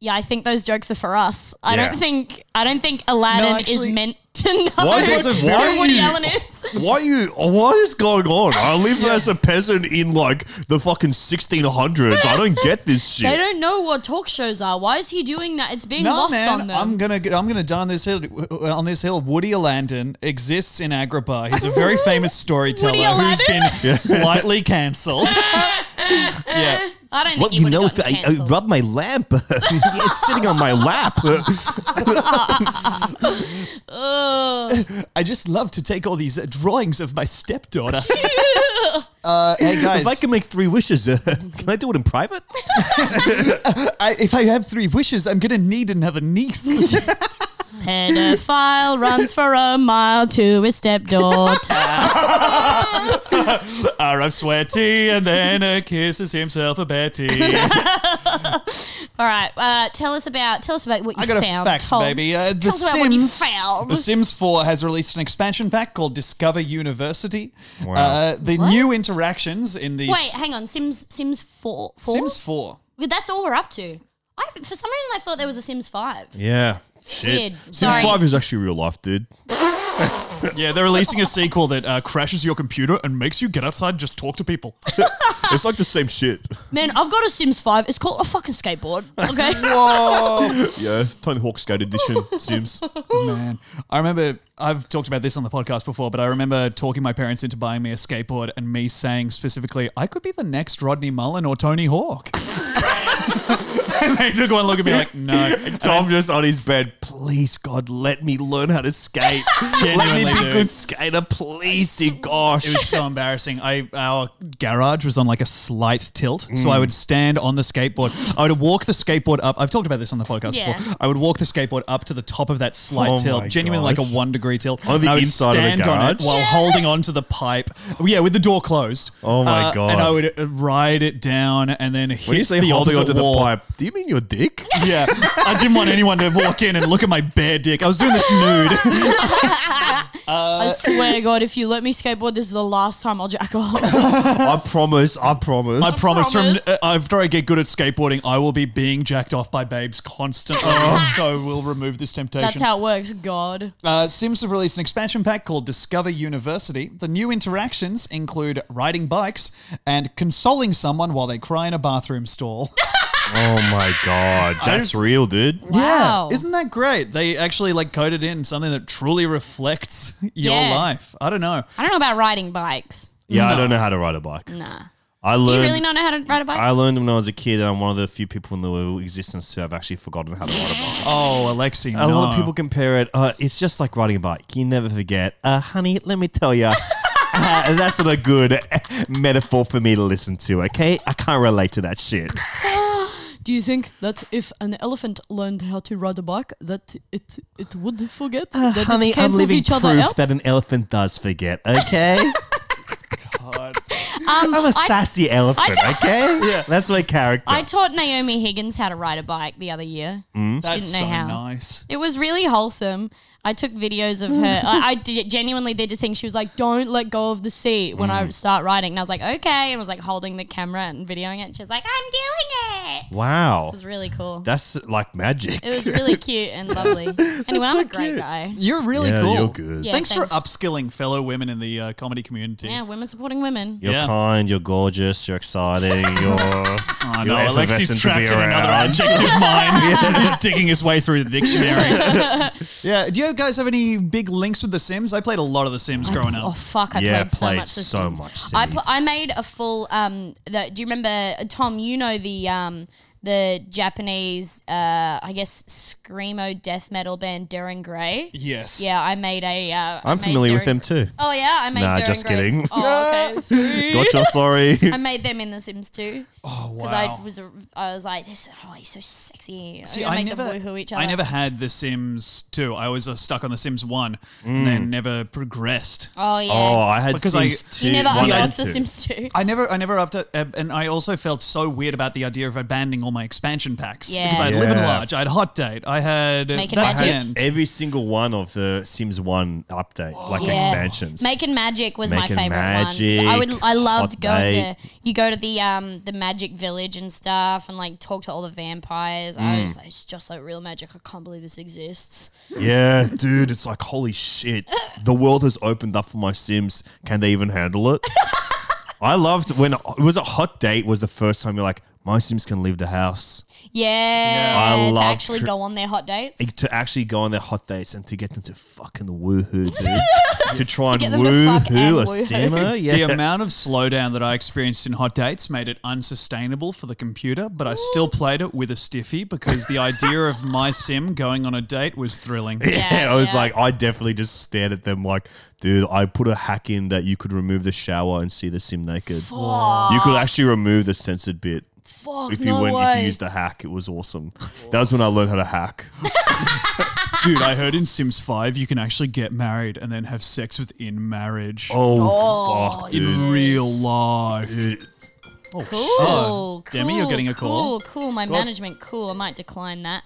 yeah, I think those jokes are for us. I Yeah. don't think I don't think Aladdin actually- is meant to know Why is who it- why are Woody you- Allen is." Why you? What is going on? I live as a peasant in like the fucking 1600s. I don't get this They shit. don't know what talk shows are. Why is he doing that? It's being No lost man, on them. I'm gonna I'm gonna die on this hill. uh, On this hill, Woody Landon exists in Agrabah. He's a very famous storyteller Woody who's been Allen? slightly cancelled. yeah, I don't think Well, he you know, would've if gotten I, I cancelled. rub my lamp, it's sitting on my lap. I just love to take all these uh, drawings of my stepdaughter. uh, hey guys, if I can make three wishes, uh, can I do it in private? I, if I have three wishes, I'm gonna need another niece. Pedophile runs for a mile to his stepdaughter. RF sweaty, and then uh, kisses himself a Betty. All right, uh, tell us about tell us about what you I got found. a fact, Tom. baby. Uh, the tell us about what you Sims. found. The Sims 4 has released an expansion pack called Discover University. Wow. Uh, the new interactions in the Wait, hang on. Sims Sims four. four? Sims 4. Well, That's all we're up to. I for some reason I thought there was a Sims five. Yeah. Shit. Sims Sorry. 5 is actually real life, dude. Yeah, they're releasing a sequel that uh, crashes your computer and makes you get outside and just talk to people. It's like the same shit. Man, I've got a Sims five. It's called a fucking skateboard. Okay. Oh. Yeah, Tony Hawk Skate Edition Sims. Man, I remember I've talked about this on the podcast before, but I remember talking my parents into buying me a skateboard and me saying specifically, I could be the next Rodney Mullen or Tony Hawk. and they took one look at me like, no. Tom just on his bed. Please, God, let me learn how to skate. let me Genuinely, be a dude. good skater, please, dear gosh. It was so embarrassing. I our garage was on like a slight tilt, so Mm. I would stand on the skateboard. I would walk the skateboard up. I've talked about this on the podcast Yeah. before. I would walk the skateboard up to the top of that slight Oh my tilt, genuinely like gosh. a one degree tilt. On the and I would inside of the stand on it garage? while holding onto the pipe. Yeah, with the door closed. Oh my God. And I would uh, ride it down and then hit when you say the holding opposite onto wall. the pipe, do you mean your dick? Yeah, I didn't want anyone to walk in and look at my bare dick. I was doing this nude. I swear to God, if you let me skateboard, this is the last time I'll jack off. I promise, I promise. I promise, promise. from uh, after I get good at skateboarding, I will be being jacked off by babes constantly. So we'll remove this temptation. That's how it works. God. uh, Sims have released an expansion pack called Discover University. The new interactions include riding bikes and consoling someone while they cry in a bathroom stall. oh my God, that's just- real, dude. Wow. Isn't that great? They actually like coded in something that truly reflects your Yeah. life. I don't know. I don't know about riding bikes. Yeah, I don't know how to ride a bike. Nah. I Do you learned. really not know how to ride a bike? I learned when I was a kid, and I'm one of the few people in the existence to have actually forgotten how to ride a bike. Oh, Alexi, A lot of no. people compare it. Uh, it's just like riding a bike. You never forget. Uh, honey, let me tell you. Uh, that's not a good metaphor for me to listen to, okay? I can't relate to that shit. Do you think that if an elephant learned how to ride a bike, that it it would forget that Uh, honey, I'm living proof that an elephant does forget, okay? um, I'm a I, sassy elephant, I okay? Yeah. That's my character. I taught Naomi Higgins how to ride a bike the other year. Mm. That's didn't know so how. nice. It was really wholesome. I took videos of her. I, I did, genuinely did the thing. She was like, "Don't let go of the seat when Mm. I start riding," and I was like, "Okay," and was like holding the camera and videoing it. And she was like, "I'm doing it." It wow. was really cool. That's like magic. It was really cute and lovely. Anyway, I'm a great guy. You're really Yeah, cool. you're good. Yeah, thanks, thanks. for upskilling fellow women in the uh, comedy community. Yeah, women supporting women. You're Yeah. kind, you're gorgeous, you're exciting, you're. Oh, You're no, effervescent Alexi's to trapped be in another around. adjective mind. He's digging his way through the dictionary. yeah. Do you guys have any big links with The Sims? I played a lot of The Sims growing Oh up. fuck! I Yeah, played so played much. The so Sims. much I, Sims. I made a full. Um, the, do you remember uh, Tom? You know the um the Japanese, uh, I guess screamo death metal band Duran Gray. Yes. Yeah, I made a. Uh, I I'm made familiar with Duran- them too. Oh yeah, I made. Nah, Duran just Gray. kidding. Oh okay. sweet. Gotcha, sorry. I made them in The Sims too. Oh Because wow. I was, a- I was like, this, oh, he's so sexy. See, I, I make never, them woohoo each other. I never had The Sims 2. I was uh, stuck on The Sims 1 and Mm. then never progressed. Oh yeah. Oh, I had Because I- Sims two. you never one and unlocked The two. Sims too. I never, I never upped it, uh, and I also felt so weird about the idea of abandoning all my expansion packs Yeah. because I live and Yeah. large. I had Hot Date. I had Make It that's the Magic. end. Every single one of the Sims One update, like Yeah. expansions. Making Magic was Making my favorite one. 'Cause I would Magic, I loved Hot going Date. to you go to the um the Magic Village and stuff and like talk to all the vampires. Mm. I was like, it's just like real magic. I can't believe this exists. yeah, dude, it's like holy shit. The world has opened up for my Sims. Can they even handle it? I loved when it was a hot date. Was the first time you're like, my Sims can leave the house. I Yeah, to love actually cr- go on their hot dates. to actually go on their hot dates and to get them to fucking woohoo, dude. to try To get and them to fuck and woohoo a woohoo. simmer. The Yeah. amount of slowdown that I experienced in hot dates made it unsustainable for the computer, but I still played it with a stiffy because the idea of my sim going on a date was thrilling. Yeah, Yeah, I was yeah. like, I definitely just stared at them like, dude, I put a hack in that you could remove the shower and see the sim naked. You could actually remove the censored bit. Fuck, if you no went, if way. you used a hack, it was awesome. That was when I learned how to hack. Dude, I heard in Sims 5 you can actually get married and then have sex within marriage. Oh, fuck, in dude. real life. Oh, Cool. shit. Demi, you're cool, getting a call. Cool, cool. My management, cool. I might decline that.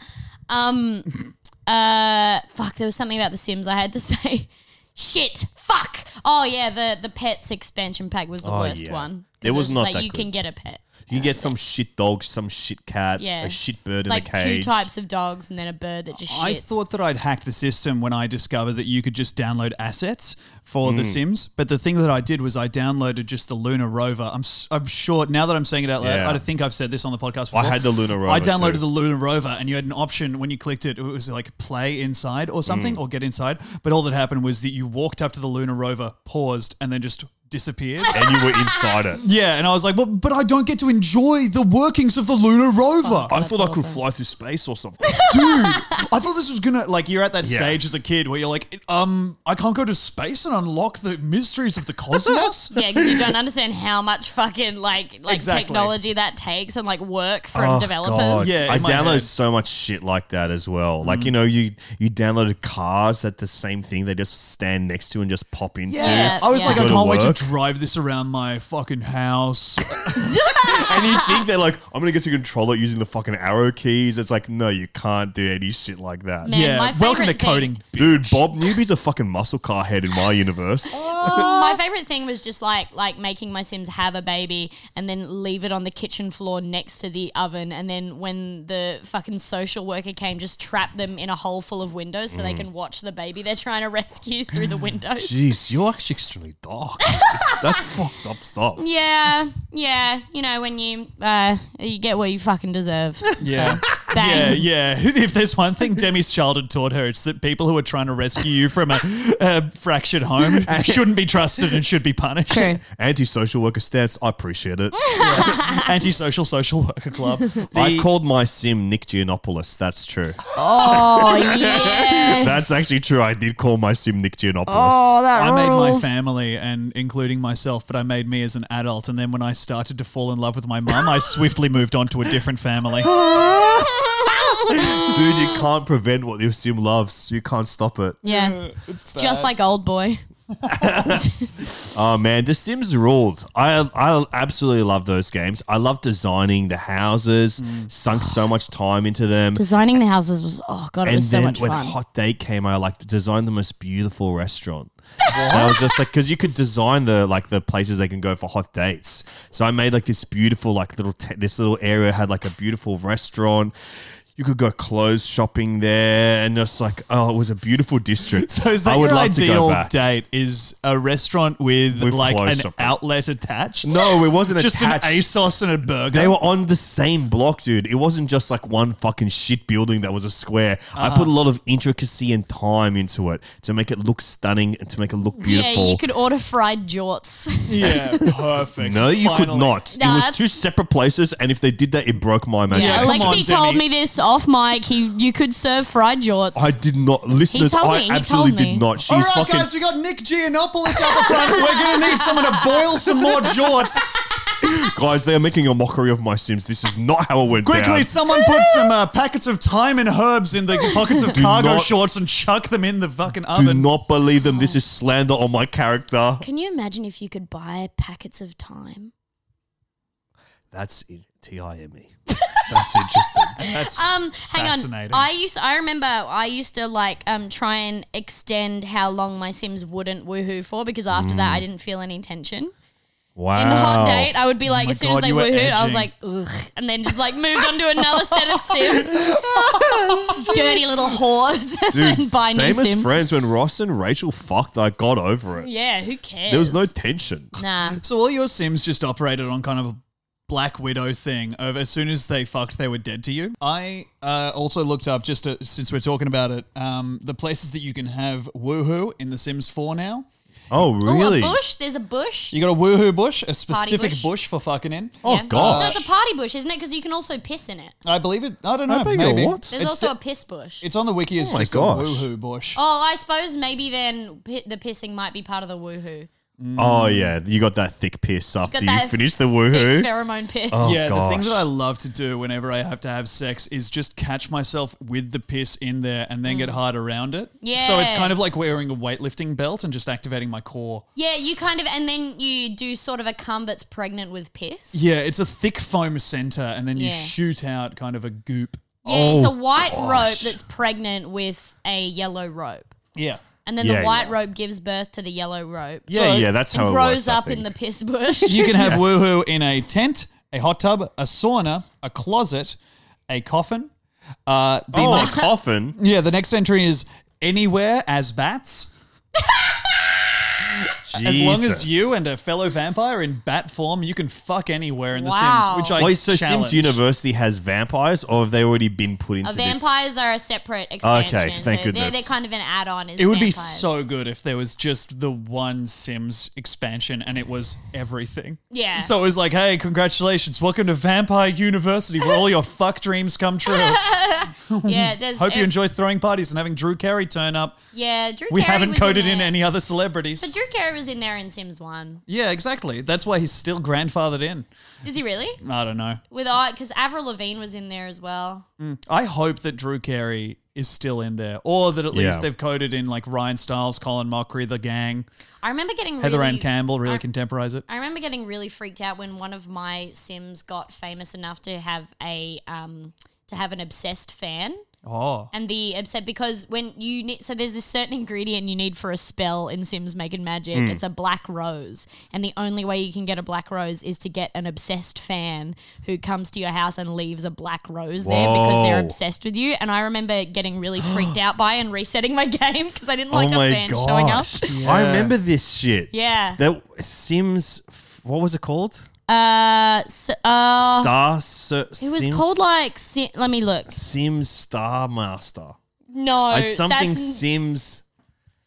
Um, uh, fuck. There was something about The Sims I had to say. Shit. Fuck. Oh yeah, the the pets expansion pack was the Oh, worst yeah. one. 'Cause It was just not like that you good. can get a pet. You can get some shit dog, some shit cat, Yeah. a shit bird It's in like a cage. two types of dogs and then a bird that just shits. I thought that I'd hacked the system when I discovered that you could just download assets for Hmm. The Sims. But the thing that I did was I downloaded just the Lunar Rover. I'm s- I'm sure now that I'm saying it out loud, Yeah. I think I've said this on the podcast. Before. I had the Lunar Rover I downloaded too. the Lunar Rover, and you had an option when you clicked it. It was like play inside or something, Hmm. or get inside. But all that happened was that you walked up to the Lunar Rover, paused, and then just disappeared. and you were inside it. yeah, and I was like, well, but I don't get to enjoy the workings of the Lunar Rover. I thought I could fly through space or something. dude i thought this was gonna like you're at that Yeah. stage as a kid where you're like um i can't go to space and unlock the mysteries of the cosmos Yeah, because you don't understand how much fucking like like Exactly. technology that takes and like work from developers. Oh, God. Yeah, I in my downloaded head. so much shit like that as well. Like you know, you you downloaded cars that the same thing they just stand next to and just pop into. Yeah. i was Yeah. like Go i to can't wait to work. drive this around my fucking house And you think they're like, I'm gonna get to control it using the fucking arrow keys. It's like, no, you can't do any shit like that. Man, yeah my welcome to favorite thing- coding Dude, Bob Newby's a fucking muscle car head in my universe. Oh, My favorite thing was just like like making my Sims have a baby and then leave it on the kitchen floor next to the oven, and then when the fucking social worker came, just trap them in a hole full of windows so they can watch the baby they're trying to rescue through the windows. Mm. Jeez, you're actually extremely dark. That's fucked up stuff. Yeah, yeah. You know when you uh, you get what you fucking deserve. yeah Yeah, Bang. yeah. If there's one thing Demi's childhood taught her, it's that people who are trying to rescue you from a, a fractured home shouldn't be trusted and should be punished. True. Anti-social worker stance, I appreciate it. Antisocial social worker club. I The- called my sim Nick Giannopoulos. That's true. Oh yes. That's actually true. I did call my sim Nick Giannopoulos. that I made my rules. family and including myself, but I made me as an adult. And then when I started to fall in love with my mum, I swiftly moved on to a different family. Dude, you can't prevent what your sim loves. You can't stop it. Yeah, it's just like old boy. Oh man, The Sims ruled. I I absolutely love those games. I love designing the houses. Sunk so much time into them. Designing the houses was oh god, it and was so then much when fun. Hot Day came, I like designed the most beautiful restaurant. And I was just like, because you could design the like the places they can go for hot dates. So I made like this beautiful like little te- this little area had like a beautiful restaurant. You could go clothes shopping there, and just like oh, it was a beautiful district. So is that I would your love to go ideal back. date? Is a restaurant with, With like an clothes shopping. outlet attached? No, it wasn't just attached. an ASOS and a burger. They were on the same block, dude. It wasn't just like one fucking shit building that was a square. I Ah. put a lot of intricacy and time into it to make it look stunning and to make it look beautiful. Yeah, you could order fried jorts. yeah, perfect. no, you could Finally. not. No, it was that's- two separate places, and if they did that, it broke my yeah, imagination. come on, Alexi told Demi. me this off mic. He, you could serve fried jorts. I did not. Listeners, told me, I he absolutely told me. did not. She's All right, fucking. guys, we got Nick Giannopoulos out the front. We're gonna need someone to boil some more jorts. guys, they are making a mockery of my Sims. This is not how it went Quickly, down. someone put some uh, packets of thyme and herbs in the pockets of cargo not- shorts and chuck them in the fucking Do oven. not believe them. Oh. This is slander on my character. Can you imagine if you could buy packets of time? That's it. T I M E. That's interesting. That's Um, hang on. fascinating. I used. I remember. I used to like um try and extend how long my Sims wouldn't woohoo for because after that I didn't feel any tension. Wow. Oh In hot date, I would be like, my as soon God, as they you were woohooed, I edging. was like, ugh, and then just like moved on to another set of Sims. Dirty little whores. Dude, and buy same new as Sims. friends. When Ross and Rachel fucked, I got over it. Yeah, who cares? There was no tension. nah. so all your Sims just operated on kind of a Black Widow thing of as soon as they fucked, they were dead to you. I uh, also looked up just to, since we're talking about it, um, the places that you can have woohoo in The Sims 4 now. Oh, really? Ooh, a bush. There's a bush. You got a woohoo bush, a specific bush. bush. for fucking in. Oh, No, gosh. it's a party bush, isn't it? Because you can also piss in it. I believe it. I don't know. think maybe. it- what? There's It's also the- a piss bush. It's on the wiki. It's Oh my just gosh. a woohoo bush. Oh, I suppose maybe then pi- the pissing might be part of the woohoo. Oh yeah, you got that thick piss after you, that finish the Big woohoo. pheromone piss. Oh, yeah, the thing gosh. that I love to do whenever I have to have sex is just catch myself with the piss in there and then get hard around it. So it's Mm. Yeah. kind of like wearing a weightlifting belt and just activating my core. Yeah, you kind of, and then you do sort of a cum that's pregnant with piss. Yeah, it's a thick foam center and then you Yeah. shoot out kind of a goop. Yeah, Oh. Oh, it's a white rope that's pregnant with a yellow rope. Yeah. And then Yeah, the white yeah. rope gives birth to the yellow rope. Yeah, yeah, that's how and it grows works, I up in the think. piss bush. You can have woohoo in a tent, a hot tub, a sauna, a closet, a coffin. Uh, the Oh, a next- coffin. yeah, the next entry is anywhere as bats. As long as Jesus. you and a fellow vampire in bat form, you can fuck anywhere in The Wow. Sims, which I Wait, so challenge. Sims University has vampires, or have they already been put into Uh, this? vampires are a separate expansion. thank so they're- They're, goodness. kind of an add-on. Is It would be vampires. so good if there was just the one Sims expansion and it was everything. Yeah. So it was like, hey, congratulations, welcome to Vampire University, where all your fuck dreams come true. Yeah, there's. Hope you ev- enjoy throwing parties and having Drew Carey turn up. Yeah, Drew. We Carey haven't was coded in, there. any other celebrities. But Drew Carey was in there in Sims One. yeah, exactly. That's why he's still grandfathered in. Is he really? I don't know. With art, because Avril Lavigne was in there as well. I hope that Drew Carey is still in there, or that at Yeah. least they've coded in like Ryan Stiles, Colin Mockery, the gang, I remember getting Heather really, Ann Campbell. Really contemporize it. I remember getting really freaked out when one of my Sims got famous enough to have a um, to have an obsessed fan. Oh, And the obsessed because when you need so there's this certain ingredient you need for a spell in Sims Making Magic. Hmm. It's a black rose, and the only way you can get a black rose is to get an obsessed fan who comes to your house and leaves a black rose there because they're Whoa. obsessed with you. And I remember getting really freaked out by and resetting my game because I didn't Oh like a my fan showing up. gosh! I remember this shit. Yeah. That Sims. What was it called? Uh, so, uh, Star. Sir, It was called like. Si- let me look. Sims Star Master. No, I something that's- Sims.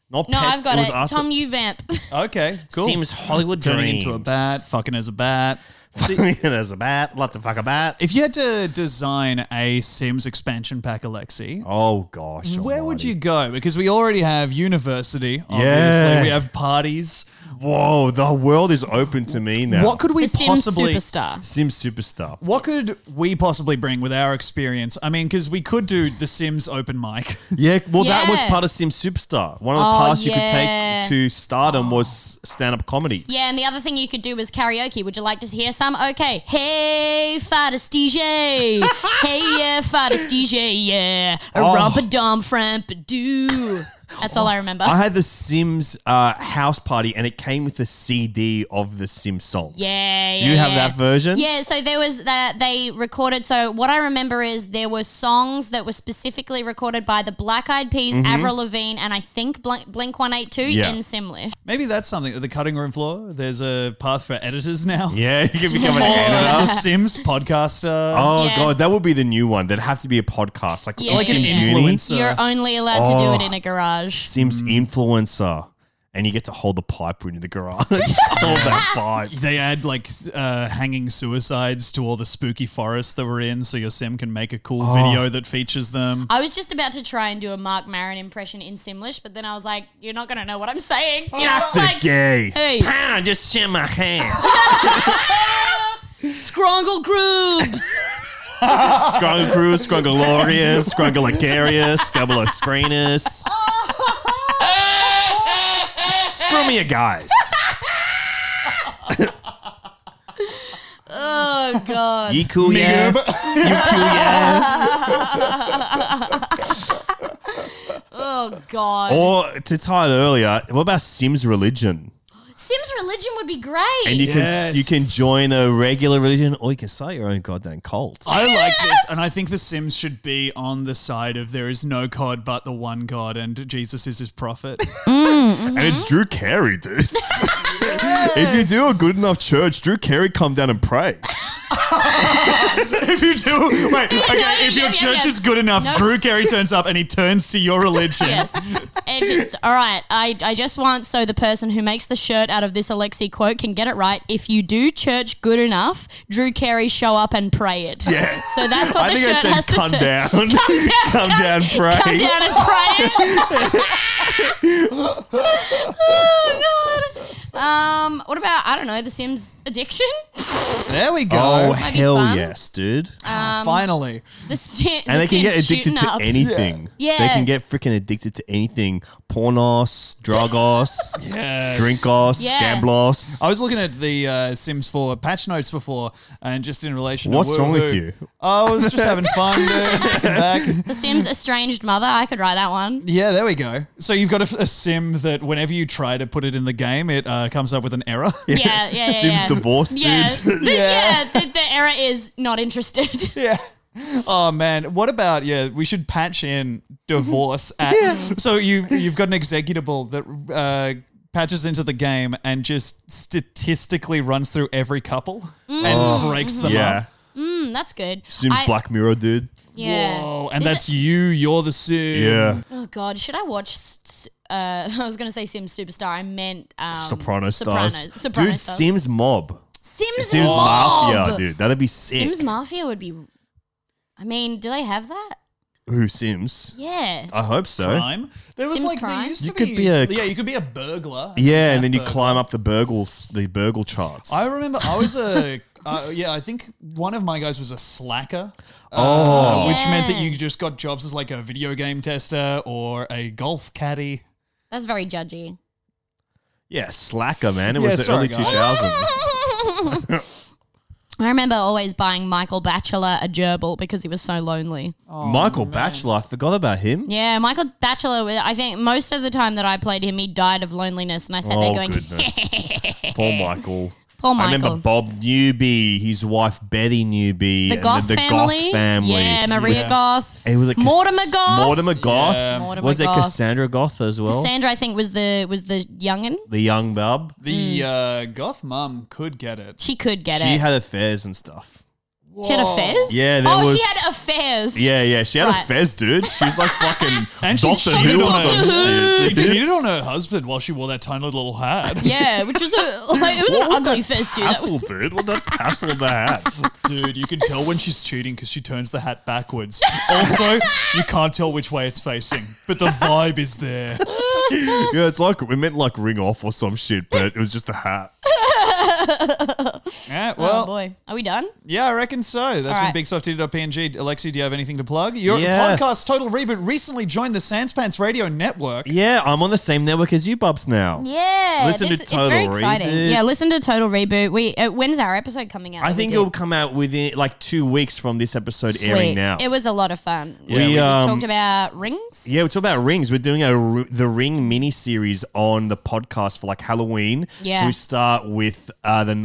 Not no, pets. I've got it. Was it. us- Tom, you vamp. okay, cool. Sims Hollywood turning Dreams. into a bat, fucking as a bat. There's a bat. Love to fuck a bat. If you had to design a Sims expansion pack, Alexi, Oh gosh. where would almighty. you go? Because we already have university. Obviously, Yeah. we have parties. Whoa, the world is open to me now. What could we the Sims possibly? superstar. Sims Superstar? What could we possibly bring with our experience? I mean, because we could do the Sims open mic. Yeah, well, that was Yeah. part of Sims Superstar. One of the Oh, paths yeah. you could take to stardom was stand-up comedy. Yeah, and the other thing you could do was karaoke. Would you like to hear some? Okay. Hey, Fardus DJ. hey, yeah, Fardus DJ. Yeah. A Oh. romp a dom framp a do. That's all I remember. I had the Sims uh, house party, and it came with a CD of the Sims songs. Yeah, Do you yeah, have yeah. that version? Yeah, so there was that they recorded. So what I remember is there were songs that were specifically recorded by the Black Eyed Peas, Avril Lavigne, and I think Blink, Blink One Eight Two Mm-hmm. Yeah. in Simlish. Maybe that's something. The cutting room floor. There's a path for editors now. Yeah, you can become an Oh, editor. Or the Sims podcaster. Oh Yeah. god, that would be the new one. There'd have to be a podcast, like, Yeah. the Like an Sims Uni, influencer. You're only allowed to do Oh. it in a garage. Sims influencer, and you get to hold the pipe when you're in the garage. hold that pipe. They add like s- uh, hanging suicides to all the spooky forests that we're in, so your sim can make a cool Oh. video that features them. I was just about to try and do a Mark Maron impression in Simlish, but then I was like, "You're not going to know what I'm saying." You know, That's like, a gay. Hey. Pow, just shit my hand. Scrongle groups. Scrungle Crew, Scrungle Laureus, Scrungle Icarius, Scrabble Screenus. Screw me, you guys. oh god. Ye cool, yeah. You cool, yeah. Oh god. Or to tie it earlier, what about Sims religion? Sims religion would be great. And you Yes. can you can join a regular religion, or you can start your own goddamn cult. I like this, and I think The Sims should be on the side of there is no God but the one God, and Jesus is his prophet. And it's Mm-hmm. Drew Carey, dude. if you do a good enough church, Drew Carey come down and pray. if you do, wait, okay, No, if your yeah, yeah, church yeah. is good enough, No. Drew Carey turns up and he turns to your religion. Yes. And it's- all right. I, I just want so the person who makes the shirt out of this Alexi quote can get it right. If you do church good enough, Drew Carey show up and pray it. Yeah. So that's what I the think I shirt said, has to "Come say. down, Come down. Come down, pray." Come down and pray it. oh, God. Um, what about I don't know The Sims addiction? There we go. Oh Might be hell fun. yes, dude! Ah, Um, finally. The, si- and the they can get Sims addicted shooting to up. anything. Yeah. they can get freaking addicted to anything: pornos, drugos, drinkos, Yeah. gamblos. I was looking at the uh, Sims 4 patch notes before, and just in relation to What's Woo wrong with Woo, you? I was just having fun, dude. kicking back. The Sims estranged mother. I could write that one. Yeah, there we go. So you've got a, a sim that whenever you try to put it in the game, it uh, comes up with an error. Yeah, yeah, yeah. Sims yeah. divorced, Yeah, dude. This- yeah. the, the error is not interested. yeah. Oh man, what about yeah? We should patch in divorce. At, So you you've got an executable that uh, patches into the game and just statistically runs through every couple and breaks them Oh. yeah, up. Mm, that's good. Sims I- Black Mirror, dude. Yeah. Whoa! And Is that's it- you. You're the sim. Yeah, oh god, should I watch? s- s- Uh, I was gonna say Sims Superstar. I meant um, Soprano stars, Sopranos. Soprano dude. stars. Sims Mob, Sims, Sims Mob. Mafia, dude. That'd be sick. Sims Mafia would be. I mean, do they have that? Who Sims? Yeah. I hope so. Crime. There was Sims like there crime. used You to could be, be a- yeah. You could be a burglar. Yeah, and then you Burglar. climb up the burgles, the burgle charts. I remember I was a uh, yeah. I think one of my guys was a slacker. uh, Oh. which meant that Yeah. you just got jobs as like a video game tester or a golf caddy. That's very judgy. yeah, slacker, man. It Yeah, was the sorry, early guys. two thousands. I remember always buying Michael Batchelor a gerbil because he was so lonely. Oh, Michael Batchelor, I forgot about him. Yeah, Michael Batchelor, I think most of the time that I played him, he died of loneliness. And I sat there Oh going, goodness, poor Michael. Poor I remember Michael. Bob Newby, his wife Betty Newby, the and Goth the, the family. Goth family. Yeah, Maria Yeah. Goth. It was like Mortimer Goth. Mortimer Goth. Yeah. Mortimer Was it Goth. Cassandra Goth as well? Cassandra, I think, was the was the youngin. the young bub. The Hmm. uh, goth mum could get it. She could get she it. had affairs and stuff. she had affairs? Yeah, there Oh, was- she had affairs. Yeah, yeah. She had Right. affairs, dude. She's like fucking And she Doctor cheated Who or on some her. She shit. cheated on her husband while she wore that tiny little hat. Yeah, which was a, like, it was What an would ugly that fist, too. That was- Tassel, dude. What that tassel in the hat? Dude, you can tell when she's cheating because she turns the hat backwards. Also, you can't tell which way it's facing, but the vibe is there. Yeah, it's like we meant like ring off or some shit, but it was just a hat. Yeah, well, oh, boy. Are we done? Yeah, I reckon so. That's All right. been BigSofty.png. Alexi, do you have anything to plug? Your Yes. podcast, Total Reboot, recently joined the Sanspants Radio Network. Yeah, I'm on the same network as you, Bubs. Now. Yeah, Listen to this- it's very Total exciting. Reboot. Yeah, listen to Total Reboot. We uh, when's our episode coming out? I that we think did? it'll come out within like two weeks from this episode airing Sweet. now. It was a lot of fun. We, we um, talked about rings. Yeah, we talk about rings. We're doing a r- the ring mini series on the podcast for like Halloween. Yeah. So we start with uh, the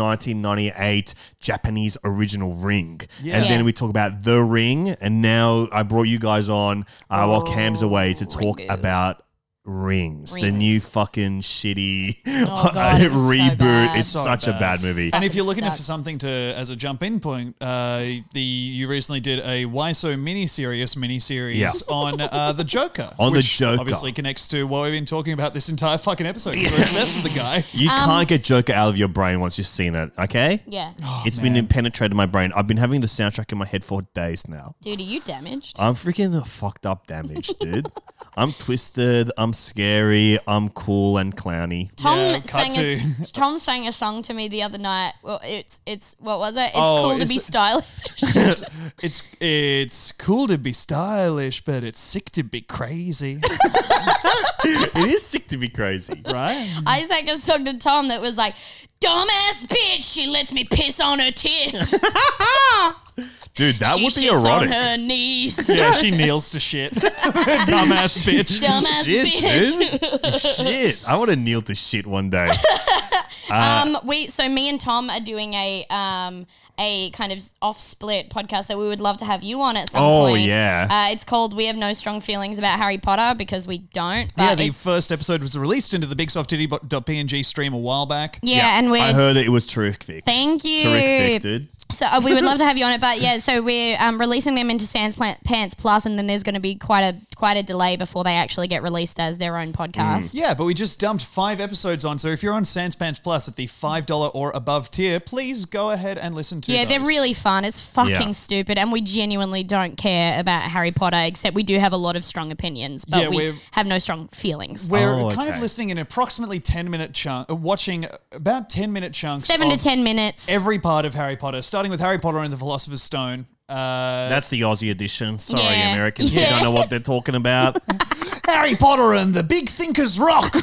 1998 Japanese original ring, and Yeah. then we talk about the ring. And now I brought you guys on uh, while Oh, Cam's away to talk Ringu. about. Rings, the Rings. Oh, new fucking shitty God, it was so reboot. bad. it's So such a bad. bad movie. And if you're Fucking looking sucked. for something to as a jump in point, uh, the you recently did a Why So Mini Serious mini series Yeah. on uh, the Joker. On the which Joker. obviously connects to what we've been talking about this entire fucking episode. 'cause We're obsessed with the guy. You Um, can't get Joker out of your brain once you've seen it, okay? Yeah, It's been penetrated my brain. I've been having the soundtrack in my head for days now. dude, are you damaged? I'm freaking fucked up damaged, dude. I'm twisted, I'm scary, I'm cool and clowny. Tom Yeah, cut sang to- a, Tom sang a song to me the other night. Well, it's it's what was it? It's Oh, cool to it's- be stylish. It's, it's it's cool to be stylish, but it's sick to be crazy, it is sick to be crazy. right? I sang a song to Tom that was like, "Dumbass bitch, she lets me piss on her tits. Dude, that she would be shits on erotic. her knees. Yeah, she kneels to shit. Dumbass bitch. Dumbass bitch." Shit, dude. shit. I want to kneel to shit one day. Um, we so me and Tom are doing a um a kind of off split podcast that we would love to have you on at some Oh, point. yeah. uh, it's called "We Have No Strong Feelings About Harry Potter" because we don't. But Yeah, the it's, first episode was released into the BigSoftTitty.png stream a while back. yeah, and we. I heard it was terrific. Thank you. Terrific, dude. So uh, we would love to have you on it, but yeah, so we're um, releasing them into Sans Plant Pants Plus, and then there's going to be quite a quite a delay before they actually get released as their own podcast. Yeah, but we just dumped five episodes on. So if you're on Sanspants Plus at the $5 or above tier, please go ahead and listen to Who yeah, they're knows? really fun. It's fucking Yeah. stupid, and we genuinely don't care about Harry Potter, except we do have a lot of strong opinions, but Yeah, we we're- have no strong feelings. We're Oh, kind of okay. listening in approximately 10 minute chunk, uh, watching about 10 minute chunks. Seven to of ten minutes. Oh. Every part of Harry Potter, starting with Harry Potter and the Philosopher's Stone. Uh, That's the Aussie edition. Sorry, Yeah. Americans, Yeah. you don't know what they're talking about. Harry Potter and the Big Thinker's Rock. All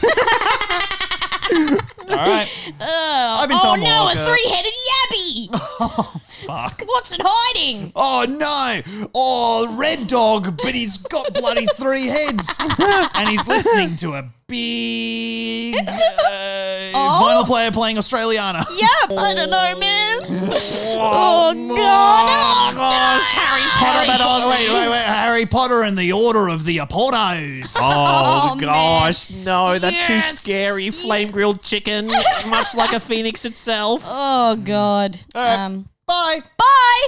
right. I've been oh Tom no, Walker. a three-headed yabby! Oh fuck! What's it hiding? Oh no! Oh, red dog, but he's got bloody three heads, and he's listening to a big uh, vinyl player playing Australiana. Yep, I don't know, man. oh god! Oh gosh, Harry Potter, Potter! but oh, wait, wait, wait, Harry Potter and the Order of the Apollos. Oh, Oh, gosh, no, that's too Yes. scary. Flame grilled chicken, much like a phoenix itself. Oh god! Um, Bye. bye.